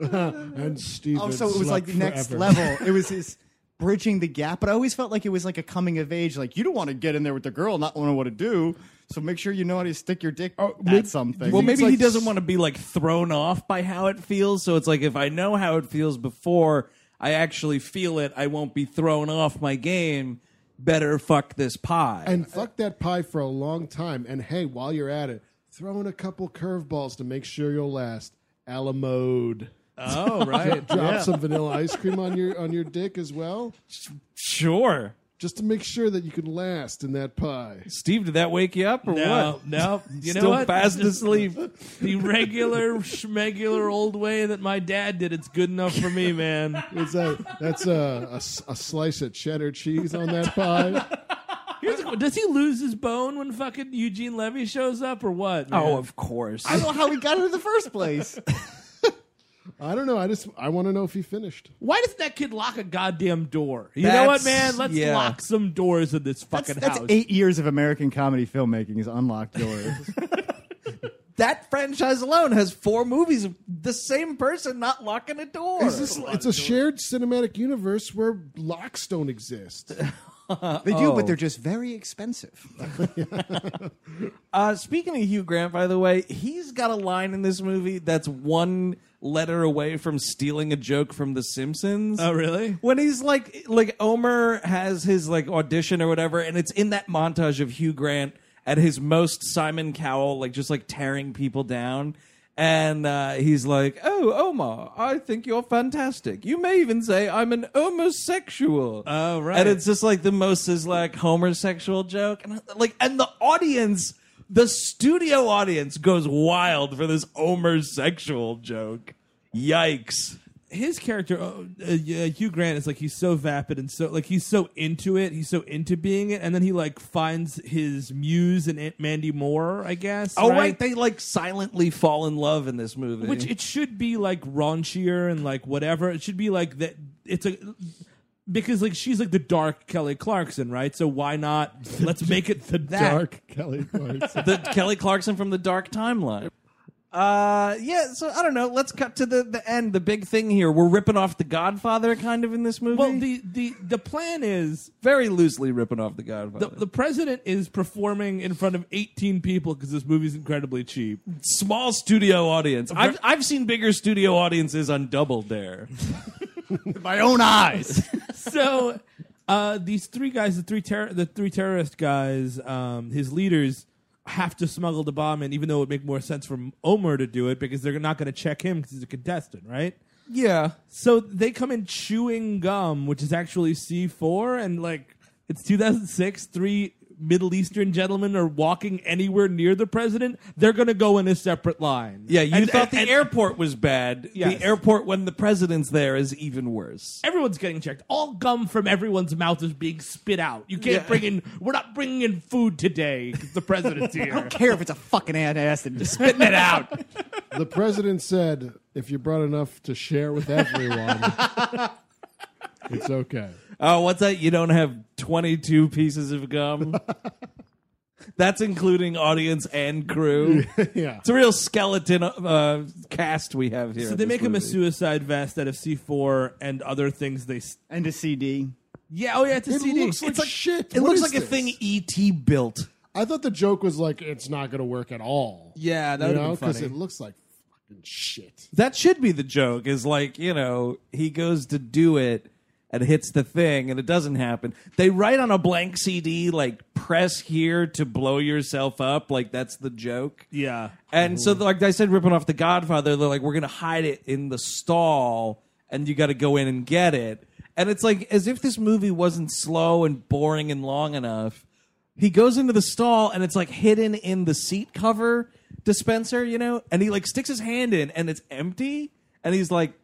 Speaker 5: and Steven.
Speaker 4: Oh, so it was like
Speaker 5: slept
Speaker 4: the next
Speaker 5: forever.
Speaker 4: level. It was his bridging the gap, but I always felt like it was like a coming of age. Like you don't want to get in there with the girl, not know what to do. So make sure you know how to stick your dick at
Speaker 5: maybe-
Speaker 4: something.
Speaker 3: Well,
Speaker 5: It's
Speaker 3: maybe he
Speaker 5: like-
Speaker 3: doesn't want to be like thrown off by how it feels. So it's like if I know how it feels before I actually feel it, I won't be thrown off my game. Better fuck this pie.
Speaker 5: and fuck that pie for a long time. And hey, while you're at it, throw in a couple curveballs to make sure you'll last. Ala mode.
Speaker 7: Oh, right.
Speaker 5: Drop some vanilla ice cream on your on your dick as well,
Speaker 3: sure,
Speaker 5: just to make sure that you can last in that pie.
Speaker 3: Steve, did that wake you up or
Speaker 6: No,
Speaker 3: what?
Speaker 6: no. You know
Speaker 3: Still
Speaker 6: what?
Speaker 3: fast asleep.
Speaker 6: The regular schmegular old way that my dad did. It's good enough for me, man.
Speaker 5: It's a, that's a, a s- a slice of cheddar cheese on that pie.
Speaker 6: Here's a- does he lose his bone when fucking Eugene Levy shows up or what? man?
Speaker 3: Oh, of course.
Speaker 4: I don't know how we got it in the first place.
Speaker 5: I don't know. I just I want to know if he finished.
Speaker 6: why doesn't that kid lock a goddamn door? You know what,
Speaker 3: That's-
Speaker 6: man? Let's
Speaker 3: yeah.
Speaker 6: lock some doors in this
Speaker 4: That's,
Speaker 6: fucking
Speaker 4: that's
Speaker 6: house.
Speaker 4: eight years of American comedy filmmaking is unlocked doors.
Speaker 3: that franchise alone has four movies of the same person not locking a door.
Speaker 5: It's, just- it's a shared cinematic universe where locks don't exist.
Speaker 4: they do, but they're just very expensive.
Speaker 3: Uh, speaking of Hugh Grant, by the way, he's got a line in this movie that's one letter away from stealing a joke from The Simpsons.
Speaker 6: Oh, really?
Speaker 3: When he's like, like Omer has his like audition or whatever, and it's in that montage of Hugh Grant at his most Simon Cowell, like just like tearing people down. And uh, he's like, "Oh, Omar, I think you're fantastic. You may even say I'm an homosexual."
Speaker 6: Oh, right.
Speaker 3: And it's just like the most is like homosexual joke, and like, and the audience, the studio audience, goes wild for this homosexual joke. Yikes!
Speaker 6: his character oh, uh, yeah, Hugh Grant is like he's so vapid and so like he's so into it he's so into being it and then he like finds his muse in Aunt Mandy Moore I guess
Speaker 3: Oh, right. they like silently fall in love in this movie.
Speaker 6: which it should be like raunchier and like whatever it should be like that it's a because like she's like the dark Kelly Clarkson right so why not let's make it the that
Speaker 5: Dark Kelly Clarkson.
Speaker 3: the Kelly Clarkson from the Dark Timeline. Uh, yeah. So I don't know. Let's cut to the the end. The big thing here, we're ripping off the Godfather, kind of in this movie.
Speaker 6: well the the the plan is
Speaker 3: very loosely ripping off the Godfather.
Speaker 6: the, the president is performing in front of 18 people because this movie's incredibly cheap
Speaker 3: small studio audience. I've I've seen bigger studio audiences on Double Dare.
Speaker 4: My own eyes.
Speaker 6: so uh, these three guys, the three terror, the three terrorist guys, um, his leaders have to smuggle the bomb in, even though it would make more sense for Omer to do it because they're not going to check him because he's a contestant, right?
Speaker 3: Yeah.
Speaker 6: So they come in chewing gum, which is actually C four, and like it's 2006. Three Middle Eastern gentlemen are walking anywhere near the president. They're going to go in a separate line.
Speaker 3: Yeah, you
Speaker 6: And-
Speaker 3: thought
Speaker 6: and-
Speaker 3: the
Speaker 6: and-
Speaker 3: airport was bad.
Speaker 6: Yes.
Speaker 3: The airport when the president's there is even worse.
Speaker 6: Everyone's getting checked. All gum from everyone's mouth is being spit out. You can't bring in. We're not bringing in food today. 'cause The president's here.
Speaker 4: Care if it's a fucking antacid, just spitting it out.
Speaker 5: the president said, "If you brought enough to share with everyone, it's okay."
Speaker 3: Oh, what's that? You don't have 22 pieces of gum? That's including audience and crew.
Speaker 5: Yeah.
Speaker 3: It's a real skeleton uh, cast we have here.
Speaker 6: so
Speaker 3: in
Speaker 6: they
Speaker 3: this
Speaker 6: make him a
Speaker 3: movie.
Speaker 6: suicide vest out of C four and other things. They s-
Speaker 4: And a CD.
Speaker 6: yeah. Oh yeah, it's a
Speaker 5: It
Speaker 6: CD.
Speaker 5: looks like,
Speaker 6: it's like
Speaker 5: shit.
Speaker 3: It
Speaker 5: What
Speaker 3: looks
Speaker 5: is
Speaker 3: like a
Speaker 5: this?
Speaker 3: thing E.T. built.
Speaker 5: I thought the joke was like it's not going to work at all.
Speaker 3: Yeah, that
Speaker 5: you
Speaker 3: would've been
Speaker 5: know, because
Speaker 3: funny.
Speaker 5: it looks like fucking shit.
Speaker 3: That should be the joke is like, you know, he goes to do it and hits the thing and it doesn't happen. They write on a blank CD, like, press here to blow yourself up. Like, that's the joke.
Speaker 6: yeah.
Speaker 3: And so, like I said, ripping off The Godfather, they're like, we're going to hide it in the stall and you got to go in and get it. And it's like, as if this movie wasn't slow and boring and long enough. He goes into the stall and it's like hidden in the seat cover dispenser, you know? And he like sticks his hand in and it's empty. And he's like,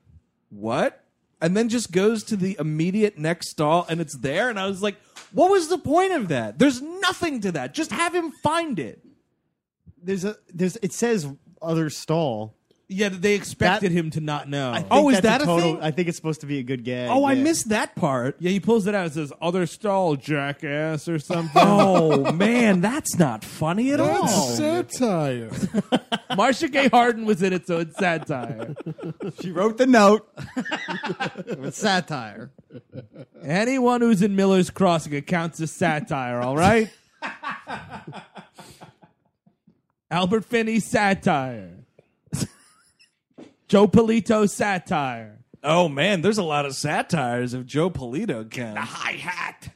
Speaker 3: what? And then just goes to the immediate next stall and it's there. And I was like, what was the point of that? There's nothing to that. Just have him find it.
Speaker 4: There's a there's it says other stall.
Speaker 6: Yeah, they expected him to not know.
Speaker 4: I think
Speaker 3: Oh, is
Speaker 4: that's
Speaker 3: that a
Speaker 4: total,
Speaker 3: thing?
Speaker 4: I think it's supposed to be a good gag.
Speaker 3: Oh, I
Speaker 4: yeah.
Speaker 3: missed that part.
Speaker 6: yeah, he pulls it out and says, "Other stall, jackass," or something.
Speaker 3: Oh man, that's not funny at
Speaker 11: That's
Speaker 3: all.
Speaker 11: satire.
Speaker 6: Marcia Gay Harden was in it, so it's satire.
Speaker 4: She wrote the note. with satire.
Speaker 6: Anyone who's in Miller's Crossing it counts as satire, all right? Albert Finney satire. Joe Polito satire.
Speaker 3: Oh man, there's a lot of satires of Joe Polito counts.
Speaker 12: Hi hat.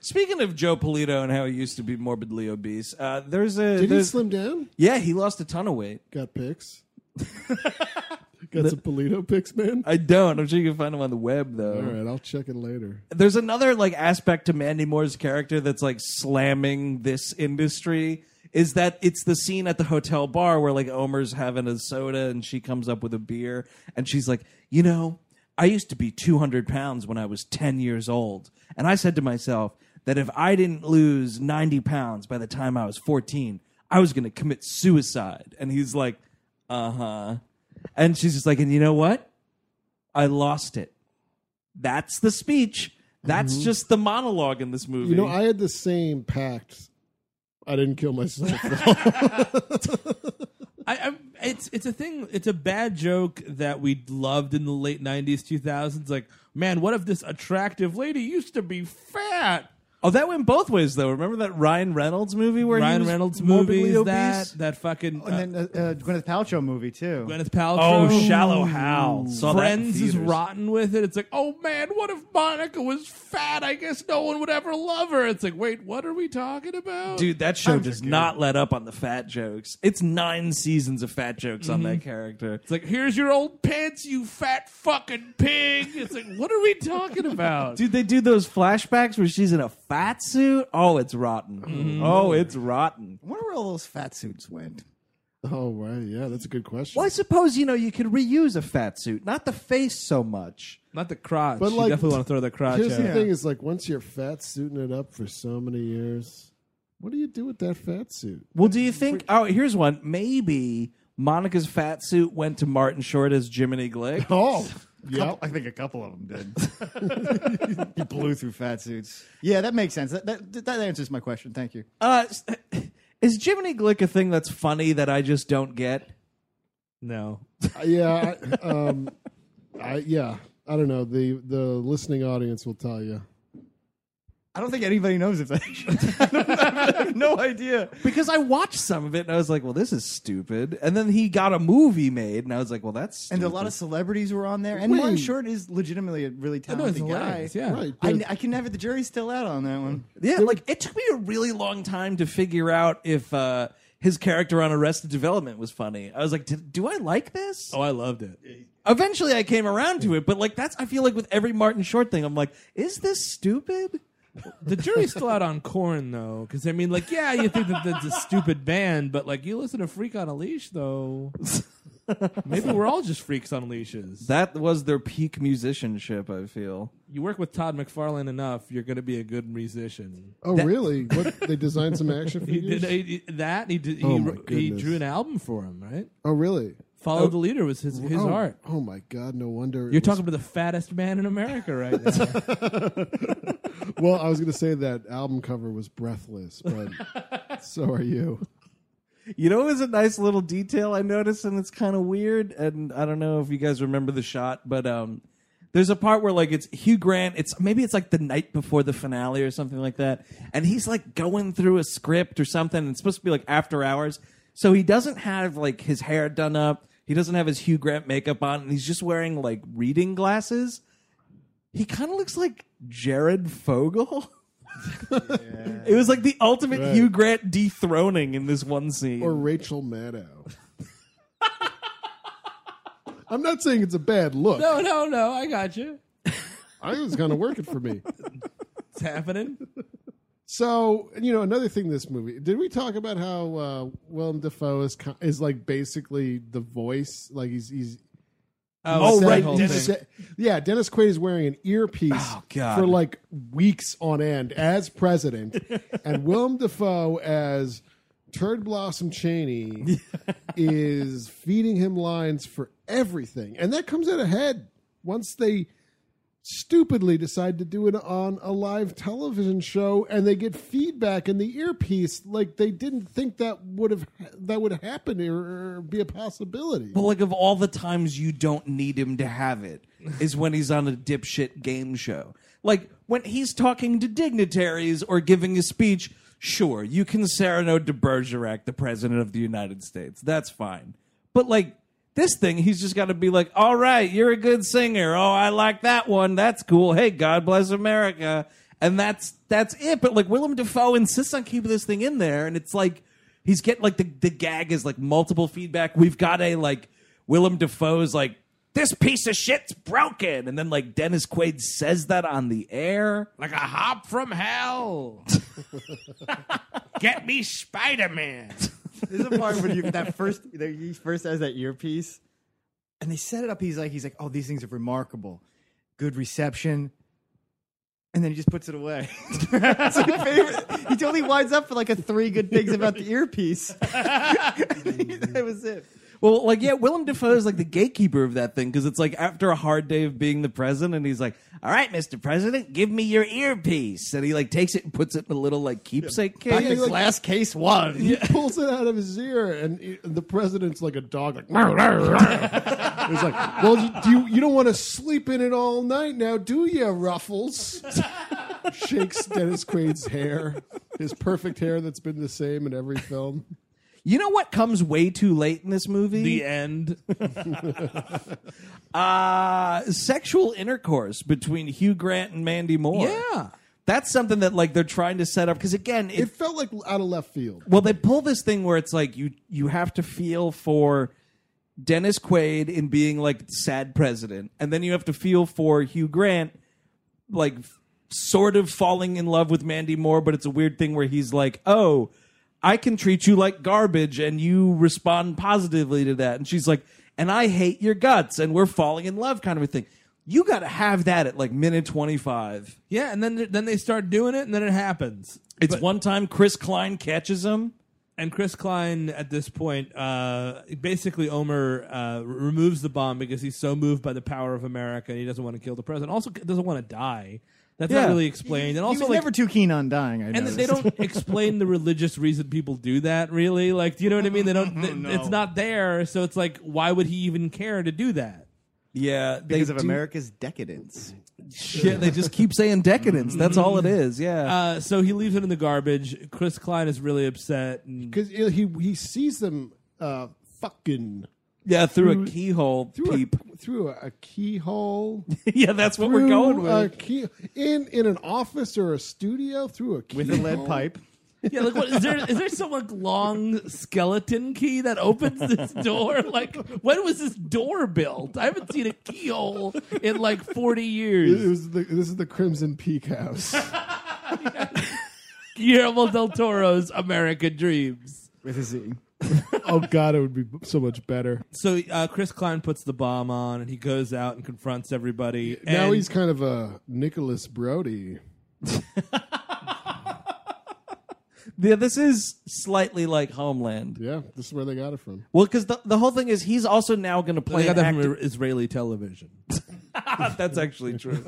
Speaker 3: Speaking of Joe Polito and how he used to be morbidly obese, uh, there's a
Speaker 11: Did he
Speaker 3: there's-
Speaker 11: slim down?
Speaker 3: yeah he lost a ton of weight.
Speaker 11: Got pics. Got some Polito pics, man.
Speaker 3: I don't. I'm sure you can find him on the web though.
Speaker 11: All right, I'll check it later.
Speaker 3: there's another like aspect to Mandy Moore's character that's like slamming this industry is that it's the scene at the hotel bar where like Omer's having a soda and she comes up with a beer and she's like, you know, I used to be 200 pounds when I was 10 years old, and I said to myself that if I didn't lose 90 pounds by the time I was 14, I was going to commit suicide. And he's like, uh huh. And she's just like, and you know what? I lost it. That's the speech. That's just the monologue in this movie.
Speaker 11: You know, I had the same pact. I didn't kill myself.
Speaker 6: I, I, it's it's a thing. It's a bad joke that we loved in the late '90s, 2000s. Like, man, what if this attractive lady used to be fat?
Speaker 3: oh, that went both ways though. Remember that Ryan Reynolds movie where he
Speaker 6: Ryan
Speaker 3: was
Speaker 6: Reynolds
Speaker 3: morbidly
Speaker 6: movies.
Speaker 3: obese?
Speaker 6: That that fucking uh,
Speaker 4: And then uh, uh, Gwyneth Paltrow movie too.
Speaker 6: Gwyneth Paltrow.
Speaker 3: Oh, Shallow Hal. Saw that in
Speaker 6: Friends is
Speaker 3: theaters.
Speaker 6: rotten with it. It's like, oh man, what if Monica was fat? I guess no one would ever love her. It's like, wait, what are we talking about?
Speaker 3: Dude, that show does not let up on the fat jokes. It's nine seasons of fat jokes on that
Speaker 6: Mm-hmm.
Speaker 3: character.
Speaker 6: It's like, here's your old pants, you fat fucking pig. It's like, what are we talking about?
Speaker 3: Dude, they do those flashbacks where she's in a fat suit. Oh, it's rotten.
Speaker 6: Mm-hmm.
Speaker 3: Oh, it's rotten.
Speaker 4: I wonder where all those fat suits went.
Speaker 11: oh, right. Yeah, that's a good question.
Speaker 3: Well, I suppose you know you could reuse a fat suit, not the face so much.
Speaker 6: Not the crotch.
Speaker 11: But,
Speaker 6: you
Speaker 11: like,
Speaker 6: definitely want to throw the crotch
Speaker 11: Here's
Speaker 6: out.
Speaker 11: the thing: is like once you're fat suiting it up for so many years, what do you do with that fat suit?
Speaker 3: Well, do you think? Oh, here's one. Maybe Monica's fat suit went to Martin Short as Jiminy Glick.
Speaker 11: Oh, yeah.
Speaker 4: I think a couple of them did. he blew through fat suits. Yeah, that makes sense. That, that, that answers my question. Thank you.
Speaker 3: Uh, s- is Jiminy Glick a thing that's funny that I just don't get?
Speaker 6: No.
Speaker 11: Uh, yeah, I, um, I, yeah. I don't know. The the listening audience will tell you.
Speaker 4: I don't think anybody knows if that. I have no idea.
Speaker 3: Because I watched some of it and I was like, "Well, this is stupid." And then he got a movie made, and I was like, "Well, that's
Speaker 4: And
Speaker 3: stupid.
Speaker 4: a lot of celebrities were on there. And Martin Short is legitimately a really talented guy.
Speaker 6: Yeah.
Speaker 11: Right.
Speaker 4: I,
Speaker 11: but-
Speaker 4: I can never. The jury's still out on that one.
Speaker 3: yeah." Like it took me a really long time to figure out if uh, his character on Arrested Development was funny. I was like, "Did- "Do I like this?"
Speaker 6: Oh, I loved it.
Speaker 3: Eventually, I came around to it, but like that's I feel like with every Martin Short thing, I'm like, "Is this stupid?"
Speaker 6: The jury's still out on Corn though, because I mean, like, yeah, you think that that's a stupid band, but like, you listen to Freak on a Leash, though. Maybe we're all just freaks on leashes.
Speaker 3: That was their peak musicianship. I feel.
Speaker 6: You work with Todd McFarlane enough, you're going to be a good musician.
Speaker 11: Oh, really? What they designed some action
Speaker 6: He did
Speaker 11: figures?
Speaker 6: he, he- that. He did, he,
Speaker 11: Oh, my
Speaker 6: wrote- he
Speaker 11: goodness.
Speaker 6: drew an album for him, right?
Speaker 11: Oh, really?
Speaker 6: Follow the leader was his his
Speaker 11: oh,
Speaker 6: art.
Speaker 11: Oh my God! No wonder it
Speaker 6: You're
Speaker 11: was-
Speaker 6: talking to the fattest man in America right now.
Speaker 11: Well, I was going to say that album cover was breathless, but so are you.
Speaker 3: You know, it was a nice little detail I noticed, and it's kind of weird. And I don't know if you guys remember the shot, but um, there's a part where like it's Hugh Grant. It's maybe it's like the night before the finale or something like that, and he's like going through a script or something. And it's supposed to be like after hours, so he doesn't have like his hair done up. He doesn't have his Hugh Grant makeup on, and he's just wearing like reading glasses. He kind of looks like Jared Fogle. It was like the ultimate
Speaker 11: Right.
Speaker 3: Hugh Grant dethroning in this one scene.
Speaker 11: Or Rachel Maddow. I'm not saying it's a bad look.
Speaker 6: no, no, Oh, no. I got you.
Speaker 11: I was kind of working for me.
Speaker 6: It's happening.
Speaker 11: So you know, another thing. This movie. Did we talk about how uh, Willem Dafoe is ki- is like basically the voice? Like he's he's
Speaker 6: Oh,
Speaker 11: said-
Speaker 6: right.
Speaker 11: he said- yeah. Dennis Quaid is wearing an earpiece
Speaker 3: God.
Speaker 11: for like weeks on end as president, and Willem Dafoe as Turd Blossom Cheney is feeding him lines for everything, and that comes at a head once they stupidly decide to do it on a live television show and they get feedback in the earpiece like they didn't think that would have that would happen or, or be a possibility
Speaker 3: But like of all the times you don't need him to have it is when he's on a dipshit game show. Like when he's talking to dignitaries or giving a speech, sure, you can serenade de Bergerac, the president of the United States. That's fine. But like this thing, he's just got to be like, all right, you're a good singer. Oh, I like that one. That's cool. Hey, God bless America. And that's that's it. But like Willem Dafoe insists on keeping this thing in there, and it's like he's getting like the, the gag is like multiple feedback. We've got a like Willem Dafoe's like this piece of shit's broken, and then like Dennis Quaid says that on the air.
Speaker 1: Like a hop from hell. Get me Spider Man.
Speaker 4: There's a part when you that first that he first has that earpiece, and they set it up. He's like, he's like, oh, these things are remarkable, good reception, and then he just puts it away. it's my favorite. He totally winds up for like a three good things about the earpiece. that was it.
Speaker 3: Well, like yeah, Willem Dafoe is like the gatekeeper of that thing because it's like after a hard day of being the president, and he's like, "All right, Mr. President, give me your earpiece," and he like takes it and puts it in a little like keepsake
Speaker 4: Back
Speaker 3: case.
Speaker 4: to glass case one.
Speaker 11: he pulls it out of his ear, and he- the president's like a dog, like. "Meow, meow, meow." He's like, well, you- do you, you don't want to sleep in it all night now, do you, Ruffles? Shakes Dennis Quaid's hair, his perfect hair that's been the same in every film.
Speaker 3: You know what comes way too late in this movie?
Speaker 6: The end.
Speaker 3: uh, sexual intercourse between Hugh Grant and Mandy Moore.
Speaker 6: Yeah.
Speaker 3: That's something that like they're trying to set up because again, it,
Speaker 11: It felt like out of left field.
Speaker 3: well they pull this thing where it's like you you have to feel for Dennis Quaid in being like sad president, and then you have to feel for Hugh Grant like f- sort of falling in love with Mandy Moore, but it's a weird thing where he's like, "Oh, I can treat you like garbage and you respond positively to that." And she's like, "And I hate your guts and we're falling in love kind of a thing." You got to have that at like minute 25.
Speaker 6: Yeah, and then then they start doing it, and then it happens.
Speaker 3: It's one time Chris Klein catches him.
Speaker 6: And Chris Klein, at this point, uh, basically Omer uh, removes the bomb because he's so moved by the power of America, and he doesn't want to kill the president. Also, doesn't want to die. That's
Speaker 3: Yeah.
Speaker 6: not really explained. And
Speaker 4: He
Speaker 6: also,
Speaker 4: was
Speaker 6: like,
Speaker 4: never too keen on dying. I
Speaker 6: and
Speaker 4: noticed.
Speaker 6: they don't explain the religious reason people do that. Really, like, do you know what I mean? They don't. th- It's not there, so it's like, why would he even care to do that?
Speaker 3: Yeah, they
Speaker 4: because of
Speaker 3: do-
Speaker 4: America's decadence.
Speaker 3: Shit, they just keep saying decadence. That's all it is. Yeah.
Speaker 6: Uh, so he leaves it in the garbage. Chris Klein is really upset. And
Speaker 11: Because he, he sees them uh, fucking
Speaker 3: yeah, through a keyhole
Speaker 11: through,
Speaker 3: peep.
Speaker 11: A, through a, a keyhole.
Speaker 3: yeah, that's what we're going with.
Speaker 11: Through a key, in, in an office or a studio, through a keyhole.
Speaker 4: With a lead pipe.
Speaker 6: yeah, like, what is there? Is there some like long skeleton key that opens this door? Like, when was this door built? I haven't seen a keyhole in like forty
Speaker 11: It
Speaker 6: years.
Speaker 11: was the, this is the Crimson Peak House.
Speaker 6: Guillermo del Toro's American Dreams.
Speaker 4: With a Z.
Speaker 11: oh God, it would be so much better.
Speaker 6: So uh, Chris Klein puts the bomb on, and he goes out and confronts everybody.
Speaker 11: now
Speaker 6: and-
Speaker 11: he's kind of a Nicholas Brody.
Speaker 3: Yeah, this is slightly like Homeland.
Speaker 11: Yeah, this is where they got it from.
Speaker 3: Well, because the, the whole thing is he's also now going to
Speaker 6: They
Speaker 3: play.
Speaker 6: got
Speaker 3: an
Speaker 6: that from
Speaker 3: actor-
Speaker 6: Israeli television.
Speaker 3: That's actually true.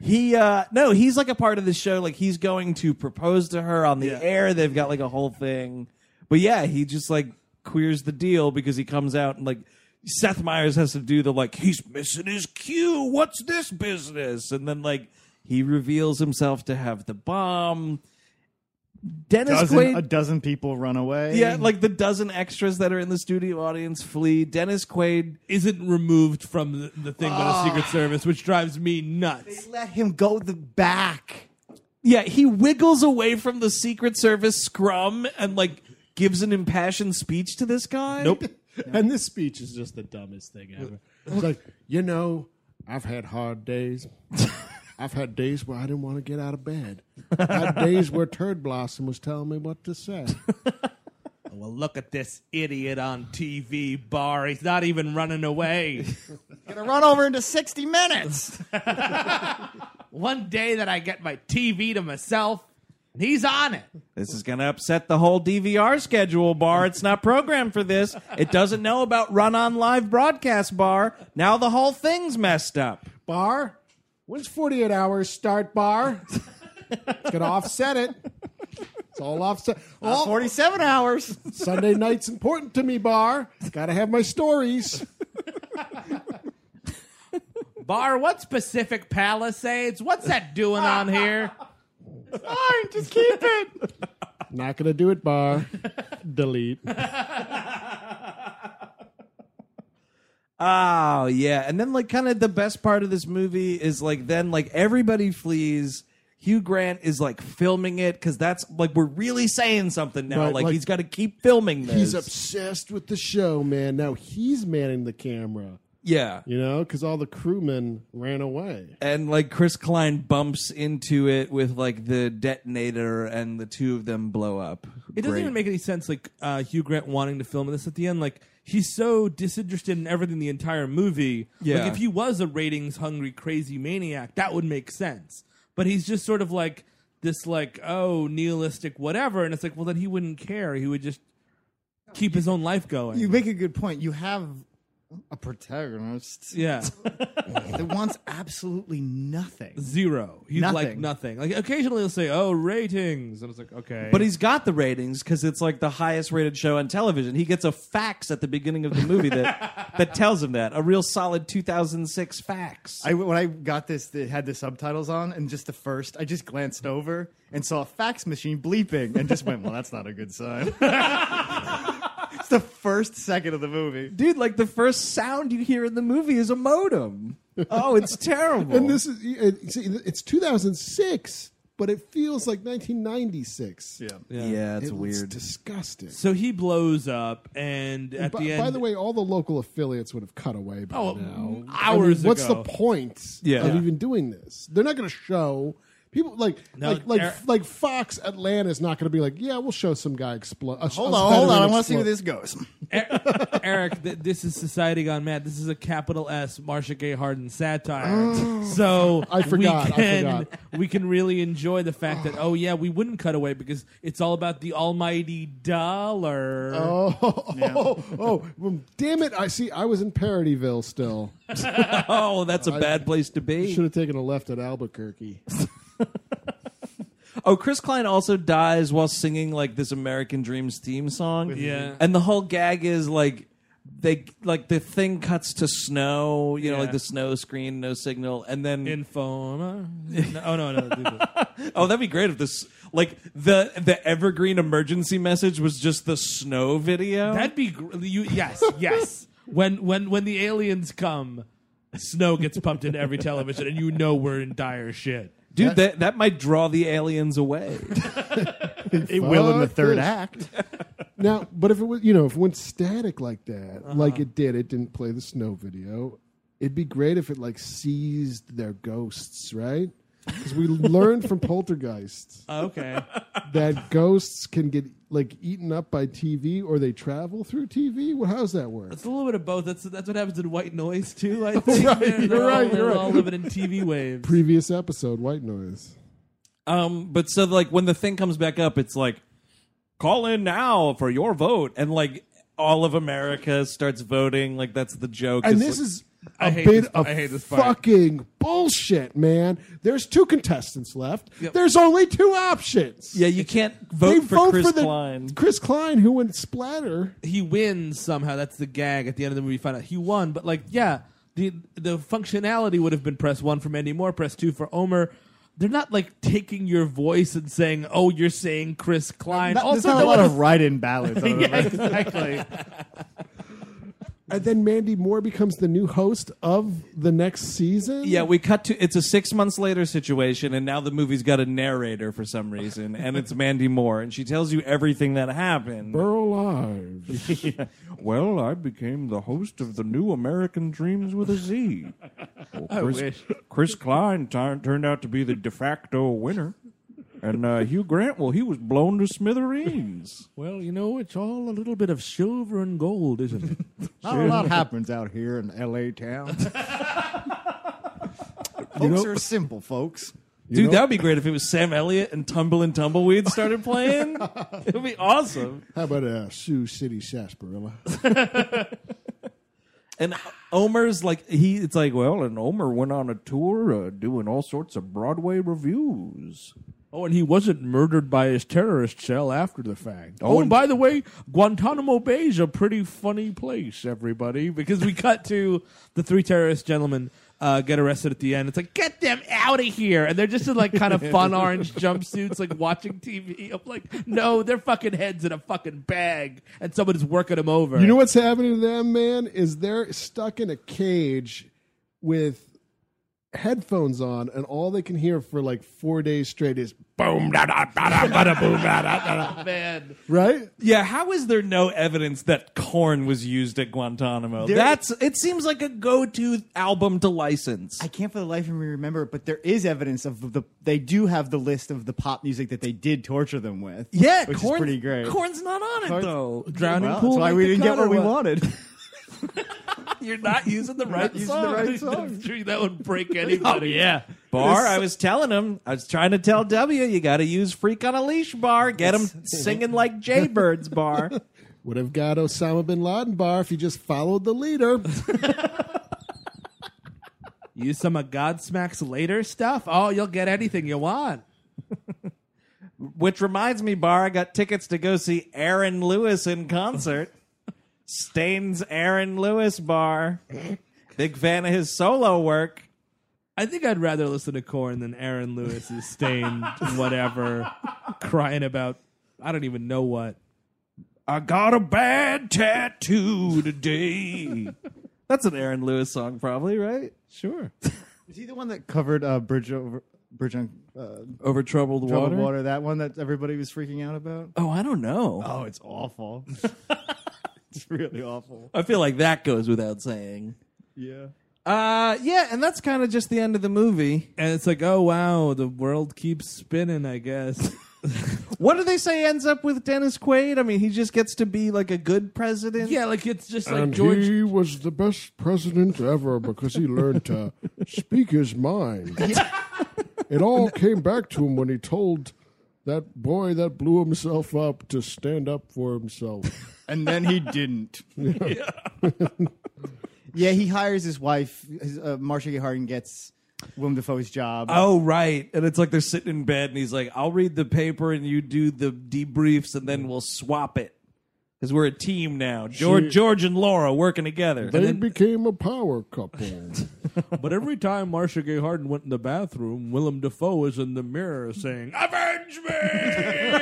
Speaker 3: he uh no, he's like a part of the show. Like he's going to propose to her on the air. They've got like a whole thing. But yeah, he just like queers the deal because he comes out and like Seth Meyers has to do the like he's missing his cue. What's this business? And then like he reveals himself to have the bomb. Dennis
Speaker 4: Dozen,
Speaker 3: Quaid
Speaker 4: a dozen people run away.
Speaker 3: yeah, like the dozen extras that are in the studio audience flee. Dennis Quaid Ah.
Speaker 6: Isn't removed from the, the thing by the Secret Service, which drives me nuts.
Speaker 4: let him go the back.
Speaker 3: Yeah, he wiggles away from the Secret Service scrum and like gives an impassioned speech to this guy. Nope.
Speaker 5: And this speech is just the dumbest thing ever.
Speaker 11: It's like you know, I've had hard days. I've had days where I didn't want to get out of bed. I had days where Turd Blossom was telling me what to say.
Speaker 6: Well, look at this idiot on TV bar. He's not even running away.
Speaker 4: Gonna run over into 60 minutes.
Speaker 6: One day that I get my TV to myself, He's on it.
Speaker 3: This is going to upset the whole DVR schedule, Bar. It's not programmed for this. It doesn't know about run on live broadcast, Bar. Now the whole thing's messed up.
Speaker 11: Bar, when's 48 hours start, Bar? it's going to offset it. It's all offset.
Speaker 4: Oh.
Speaker 11: All
Speaker 4: 47 hours.
Speaker 11: Sunday night's important to me, Bar. Got to have my stories.
Speaker 6: Bar, what's Pacific Palisades? What's that doing on here?
Speaker 4: Fine, just keep it.
Speaker 11: Not going to do it, Bar.
Speaker 5: Delete.
Speaker 3: Oh yeah, and then like kind of the best part of this movie is like then like everybody flees. Hugh Grant is like filming it because that's like we're really saying something now.
Speaker 11: Right,
Speaker 3: like,
Speaker 11: like-
Speaker 3: he's got to keep filming this.
Speaker 11: He's obsessed with the show, man. Now he's manning the camera,
Speaker 3: yeah,
Speaker 11: you know, because all the crewmen ran away.
Speaker 3: and like Chris Klein bumps into it with like the detonator, and the two of them blow up.
Speaker 6: It doesn't even make any sense, like uh, Hugh Grant wanting to film this at the end. Like he's so disinterested in everything the entire movie.
Speaker 3: Yeah.
Speaker 6: Like if he was a ratings hungry crazy maniac, that would make sense. But he's just sort of like this, like oh nihilistic whatever, and it's like well then he wouldn't care. He would just keep his own life going.
Speaker 4: You make a good point. You have a protagonist
Speaker 6: yeah,
Speaker 4: that wants absolutely nothing.
Speaker 6: zero. He's like
Speaker 4: Nothing.
Speaker 6: nothing. Like occasionally he'll say oh ratings, and it's like okay,
Speaker 3: But he's got the ratings because it's like the highest rated show on television. He gets a fax at the beginning of the movie that that tells him that a real solid 2006 fax.
Speaker 4: I, when I got this, it had the subtitles on, and just the first, I just glanced over and saw a fax machine bleeping, and just went, "Well, that's not a good sign." it's the first second of the movie.
Speaker 3: dude like the first sound you hear in the movie is a modem oh it's terrible
Speaker 11: And this is it- see, it's 2006, but it feels like 1996. Yeah,
Speaker 3: yeah, it's weird
Speaker 11: disgusting.
Speaker 6: so he blows up, and at
Speaker 11: By,
Speaker 6: the end,
Speaker 11: by the way, all the local affiliates would have cut away by
Speaker 6: Oh,
Speaker 11: now.
Speaker 6: m-
Speaker 11: I mean,
Speaker 6: hours
Speaker 11: what's
Speaker 6: ago.
Speaker 11: the point
Speaker 3: Yeah.
Speaker 11: of
Speaker 3: Yeah.
Speaker 11: even doing this? They're not going to show people like
Speaker 6: No,
Speaker 11: like like,
Speaker 6: they're-
Speaker 11: like Fox Atlanta is not going to be like, yeah, we'll show some guy explode.
Speaker 4: Hold on, hold on. I want to see where this goes.
Speaker 6: Er- Eric, th- this is Society Gone Mad. This is a capital S Marsha Gay Harden satire. so
Speaker 11: I forgot,
Speaker 6: We
Speaker 11: I
Speaker 6: can,
Speaker 11: forgot.
Speaker 6: we can really enjoy the fact that oh yeah, we wouldn't cut away because it's all about the almighty dollar.
Speaker 11: Oh, oh, oh, oh, well, damn it! I see. I was in Parodyville still.
Speaker 3: oh that's a bad place to be
Speaker 11: Should have taken a left at Albuquerque.
Speaker 3: oh chris klein also dies while singing like this american dreams theme song
Speaker 6: Yeah.
Speaker 3: and the whole gag is like they like the thing cuts to snow you know
Speaker 6: Yeah.
Speaker 3: like the snow screen no signal and then
Speaker 6: Informer. No, oh no, no. do this.
Speaker 3: oh that'd be great if this like the the evergreen emergency message was just the snow video
Speaker 6: That'd be gr- you. Yes, yes. when when when the aliens come, snow gets pumped into every television, and you know we're in dire shit.
Speaker 3: dude that that might draw the aliens away
Speaker 4: It will in the
Speaker 11: Fuck
Speaker 4: third
Speaker 11: this.
Speaker 4: act.
Speaker 11: Now, but if it was, you know, if it went static like that,
Speaker 6: Uh-huh.
Speaker 11: like it did, it didn't play the snow video. It'd be great if it like seized their ghosts, right? Because we learned from Poltergeist
Speaker 6: Okay.
Speaker 11: that ghosts can get like eaten up by TV or they travel through TV. Well, how's that work?
Speaker 6: It's a little bit of both. That's that's what happens in white noise too. I think.
Speaker 11: Right,
Speaker 6: They're
Speaker 11: you're
Speaker 6: all-
Speaker 11: right, you're
Speaker 6: they're
Speaker 11: right.
Speaker 6: all living in TV waves.
Speaker 11: Previous episode, white noise.
Speaker 3: Um, but so like when the thing comes back up, it's like call in now for your vote, and like all of America starts voting. Like that's the joke.
Speaker 11: And
Speaker 3: It's
Speaker 11: this
Speaker 3: like-
Speaker 11: is
Speaker 6: I
Speaker 11: a
Speaker 6: hate
Speaker 11: bit
Speaker 6: this-
Speaker 11: of
Speaker 6: I hate this part.
Speaker 11: fucking bullshit, man. There's two contestants left. There's only two options.
Speaker 3: yeah, you can't vote for Chris Klein.
Speaker 11: Chris Klein, who went splatter.
Speaker 6: He wins somehow. That's the gag at the end of the movie. You Find out he won, but like, yeah, the the functionality would have been press one for Mandy Moore, press two for Omer. They're not like taking your voice and saying, "Oh, you're saying Chris Klein."
Speaker 4: Not, there's
Speaker 6: also,
Speaker 4: not a
Speaker 6: no
Speaker 4: lot
Speaker 6: other-
Speaker 4: of ride-in ballads. I don't know.
Speaker 6: exactly.
Speaker 11: And then Mandy Moore becomes the new host of the next season.
Speaker 3: Yeah, we cut to it's a six months later situation, and now the movie's got a narrator for some reason, and it's Mandy Moore, and she tells you everything that happened.
Speaker 11: Burl Live.
Speaker 3: Well, I became the host of the new American Dreams with a Z. Well, Chris, Chris Klein tur- turned out to be the de facto winner. And uh, Hugh Grant, well, he was blown to smithereens.
Speaker 6: well, you know, it's all a little bit of silver and gold, isn't it?
Speaker 4: Not a lot happens out here in L.A. town. folks are simple, folks.
Speaker 11: You
Speaker 3: Dude,
Speaker 11: know-
Speaker 3: that would be great if it was Sam Elliott and Tumble and Tumbleweed started playing. it would be awesome.
Speaker 11: How about uh, Sioux City Sarsaparilla?
Speaker 3: And Omer's like he. It's like well, and Omer went on a tour uh, doing all sorts of Broadway reviews.
Speaker 6: Oh, and he wasn't murdered by his terrorist cell after the fact.
Speaker 3: Oh,
Speaker 6: Oh,
Speaker 3: and-
Speaker 6: and by the way, Guantanamo Bay is a pretty funny place, everybody, because we cut to the three terrorist gentlemen uh, get arrested at the end. It's like, get them out of here. And they're just in like kind of fun orange jumpsuits, like watching TV. I'm like, no, their fucking heads in a fucking bag, and someone's working them over.
Speaker 11: You know what's happening to them, man? Is they're stuck in a cage with headphones on, and all they can hear for like four days straight is boom, da da da da da da boom, da da da da.
Speaker 6: Man.
Speaker 11: Right?
Speaker 3: Yeah, how is there no evidence that corn was used at Guantanamo?
Speaker 4: There-
Speaker 3: That's it seems like a go-to album to license.
Speaker 4: I can't for the life of me remember, it, but there is evidence of the. They do have the list of the pop music that they did torture them with.
Speaker 3: yeah,
Speaker 4: which
Speaker 3: corn,
Speaker 4: is pretty great.
Speaker 3: Corn's not on it
Speaker 4: Corn's-
Speaker 3: though.
Speaker 6: Drowning
Speaker 4: Well,
Speaker 6: pool.
Speaker 4: that's why
Speaker 6: like
Speaker 4: we
Speaker 6: the
Speaker 4: didn't get
Speaker 6: cutter
Speaker 4: what we
Speaker 6: was.
Speaker 4: wanted.
Speaker 3: You're not using the right
Speaker 4: using the
Speaker 3: song. Oh,
Speaker 4: right song.
Speaker 6: that would break anybody.
Speaker 3: Yeah. Bar, I was telling him, I was trying to tell W, you got to use Freak on a Leash Bar. Get him singing like Jaybirds Bar.
Speaker 11: Would have got Osama bin Laden bar if you just followed the leader.
Speaker 6: Use some of Godsmack's later stuff. Oh, you'll get anything you want.
Speaker 3: Which reminds me, Bar, I got tickets to go see Aaron Lewis in concert. Stain's Aaron Lewis Bar. Big fan of his solo work.
Speaker 6: I think I'd rather listen to Corn than Aaron Lewis's stained whatever, crying about I don't even know what.
Speaker 3: I got a bad tattoo today. That's an Aaron Lewis song, probably, right?
Speaker 6: Sure.
Speaker 4: Is he the one that covered uh, Bridge over Bridge on uh,
Speaker 3: Over troubled,
Speaker 4: Troubled
Speaker 3: water.
Speaker 4: water. That one that everybody was freaking out about.
Speaker 3: Oh, I don't know.
Speaker 4: Oh, it's awful. it's really awful.
Speaker 3: I feel like that goes without saying.
Speaker 4: Yeah.
Speaker 3: Uh, yeah, and that's kind of just the end of the movie.
Speaker 6: And it's like, oh wow, the world keeps spinning, I guess.
Speaker 3: What do they say ends up with Dennis Quaid? I mean, he just gets to be like a good president.
Speaker 6: yeah, like it's just like
Speaker 11: and
Speaker 6: George
Speaker 11: he was the best president ever because he learned to speak his mind. it all came back to him when he told that boy that blew himself up to stand up for himself.
Speaker 4: And then he didn't. yeah. he hires his wife. His, uh, Marsha Gay Harden gets Willem Dafoe's job.
Speaker 3: Oh, right. And it's like they're sitting in bed and he's like, I'll read the paper and you do the debriefs and then we'll swap it. Because we're a team now. George, George and Laura working together.
Speaker 11: They became a power couple.
Speaker 6: But every time Marsha Gay Harden went in the bathroom, Willem Dafoe was in the mirror saying, Avenge me!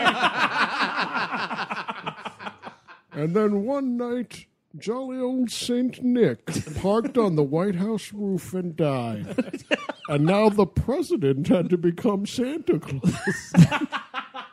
Speaker 11: And then one night, jolly old Saint Nick parked on the White House roof and died. And now the president had to become Santa Claus.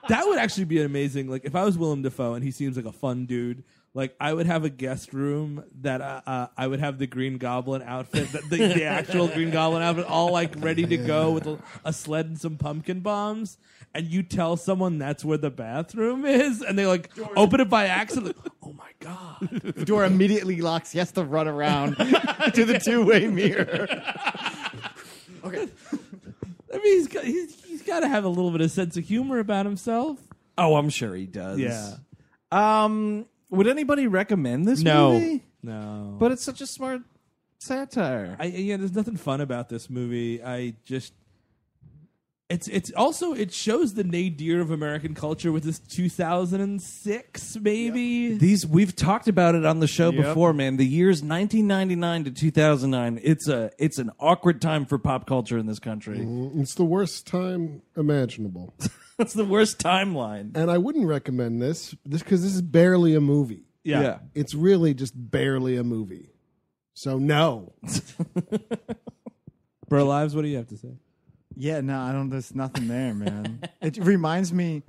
Speaker 6: that would actually be amazing. Like, if I was Willem Dafoe and he seems like a fun dude, like, I would have a guest room that uh, uh, I would have the Green Goblin outfit, the, the, the actual Green Goblin outfit, all like ready to go with a, a sled and some pumpkin bombs. And you tell someone that's where the bathroom is, and they like open it by accident. Like, oh my God.
Speaker 4: The door immediately locks. He has to run around to the two-way mirror. okay.
Speaker 6: I mean, he's got, he's, he's got to have a little bit of sense of humor about himself.
Speaker 3: oh, I'm sure he does.
Speaker 6: Yeah.
Speaker 3: Um, would anybody recommend this movie?
Speaker 6: No.
Speaker 3: But it's such a smart satire.
Speaker 6: I yeah, there's nothing fun about this movie. I just it's it's also it shows the nadir of American culture with this 2006 maybe.
Speaker 3: These we've talked about it on the show before, man. The years 1999 to 2009. It's a it's an awkward time for pop culture in this country.
Speaker 11: It's the worst time imaginable.
Speaker 3: That's the worst timeline.
Speaker 11: And I wouldn't recommend this this because this is barely a movie.
Speaker 3: Yeah.
Speaker 11: It's really just barely a movie. So no.
Speaker 6: Bro Lives, what do you have to say?
Speaker 4: Yeah, no, I don't. There's nothing there, man. it reminds me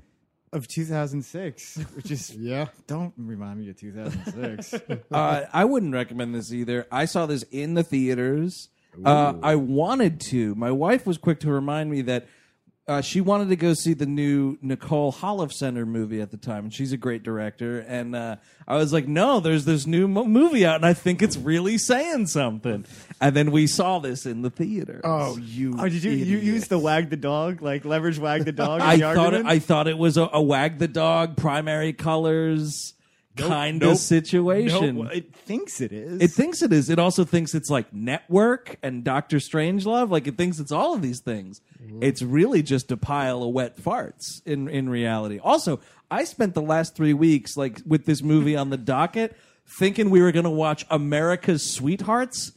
Speaker 4: of 2006, which is
Speaker 11: Yeah.
Speaker 4: don't remind me of 2006.
Speaker 3: Uh, I wouldn't recommend this either. I saw this in the theaters. Uh, I wanted to. My wife was quick to remind me that
Speaker 6: uh, she wanted to go see the new Nicole Holof Center movie at the time, and she's a great director. And uh, I was like, "No, there's this new mo- movie out, and I think it's really saying something." And then we saw this in the theater.
Speaker 11: Oh, you!
Speaker 4: Oh, did you you use the wag the dog like leverage wag the dog? in
Speaker 6: I
Speaker 4: the
Speaker 6: thought it,
Speaker 4: argument?
Speaker 6: I thought it was a, a wag the dog, primary colors kind of
Speaker 4: nope,
Speaker 6: situation.
Speaker 4: No, it thinks it is.
Speaker 6: It thinks it is. It also thinks it's like Network and Doctor Strangelove. Like it thinks it's all of these things.
Speaker 3: Mm-hmm.
Speaker 6: It's really just a pile of wet farts in in reality. Also, I spent the last three weeks like with this movie on the docket, thinking we were going to watch America's Sweethearts.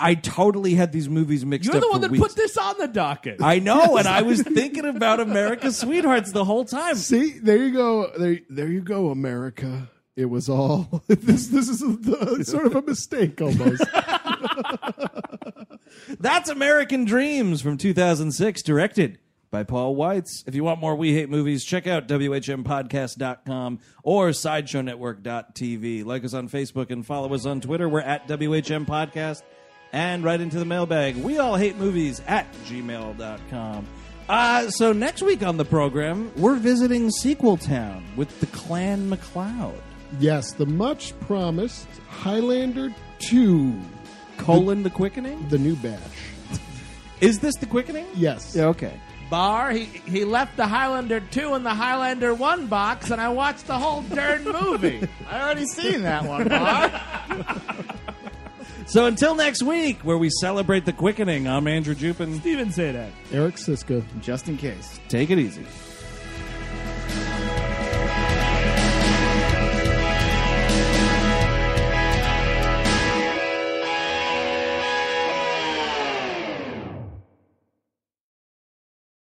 Speaker 6: I totally had these movies mixed
Speaker 3: You're
Speaker 6: up.
Speaker 3: the
Speaker 6: for
Speaker 3: one that
Speaker 6: weeks.
Speaker 3: put this on the docket.
Speaker 6: I know, and I was thinking about America's Sweethearts the whole time.
Speaker 11: See, there you go. There, there you go, America. It was all this. This is the, sort of a mistake almost.
Speaker 6: That's American Dreams from 2006, directed by Paul Weitz. If you want more We Hate Movies, check out WHMPodcast.com or SideshowNetwork.tv. Like us on Facebook and follow us on Twitter. We're at WHM Podcast. And right into the mailbag, we all hate movies at gmail.com. Uh, so next week on the program, we're visiting Sequel Town with the Clan McLeod.
Speaker 11: yes, the much promised Highlander Two,
Speaker 6: Colon the Quickening?
Speaker 11: the new batch.
Speaker 6: Is this the Quickening?
Speaker 11: Yes.
Speaker 6: Yeah, okay.
Speaker 3: Bar, he he left the Highlander two in the Highlander one box, and I watched the whole darn movie.
Speaker 4: I already seen that one. Bob.
Speaker 6: So until next week, where we celebrate the Quickening, I'm Andrew Jupin.
Speaker 3: Steven say that.
Speaker 11: Eric Siska.
Speaker 4: Just in case.
Speaker 6: Take it easy.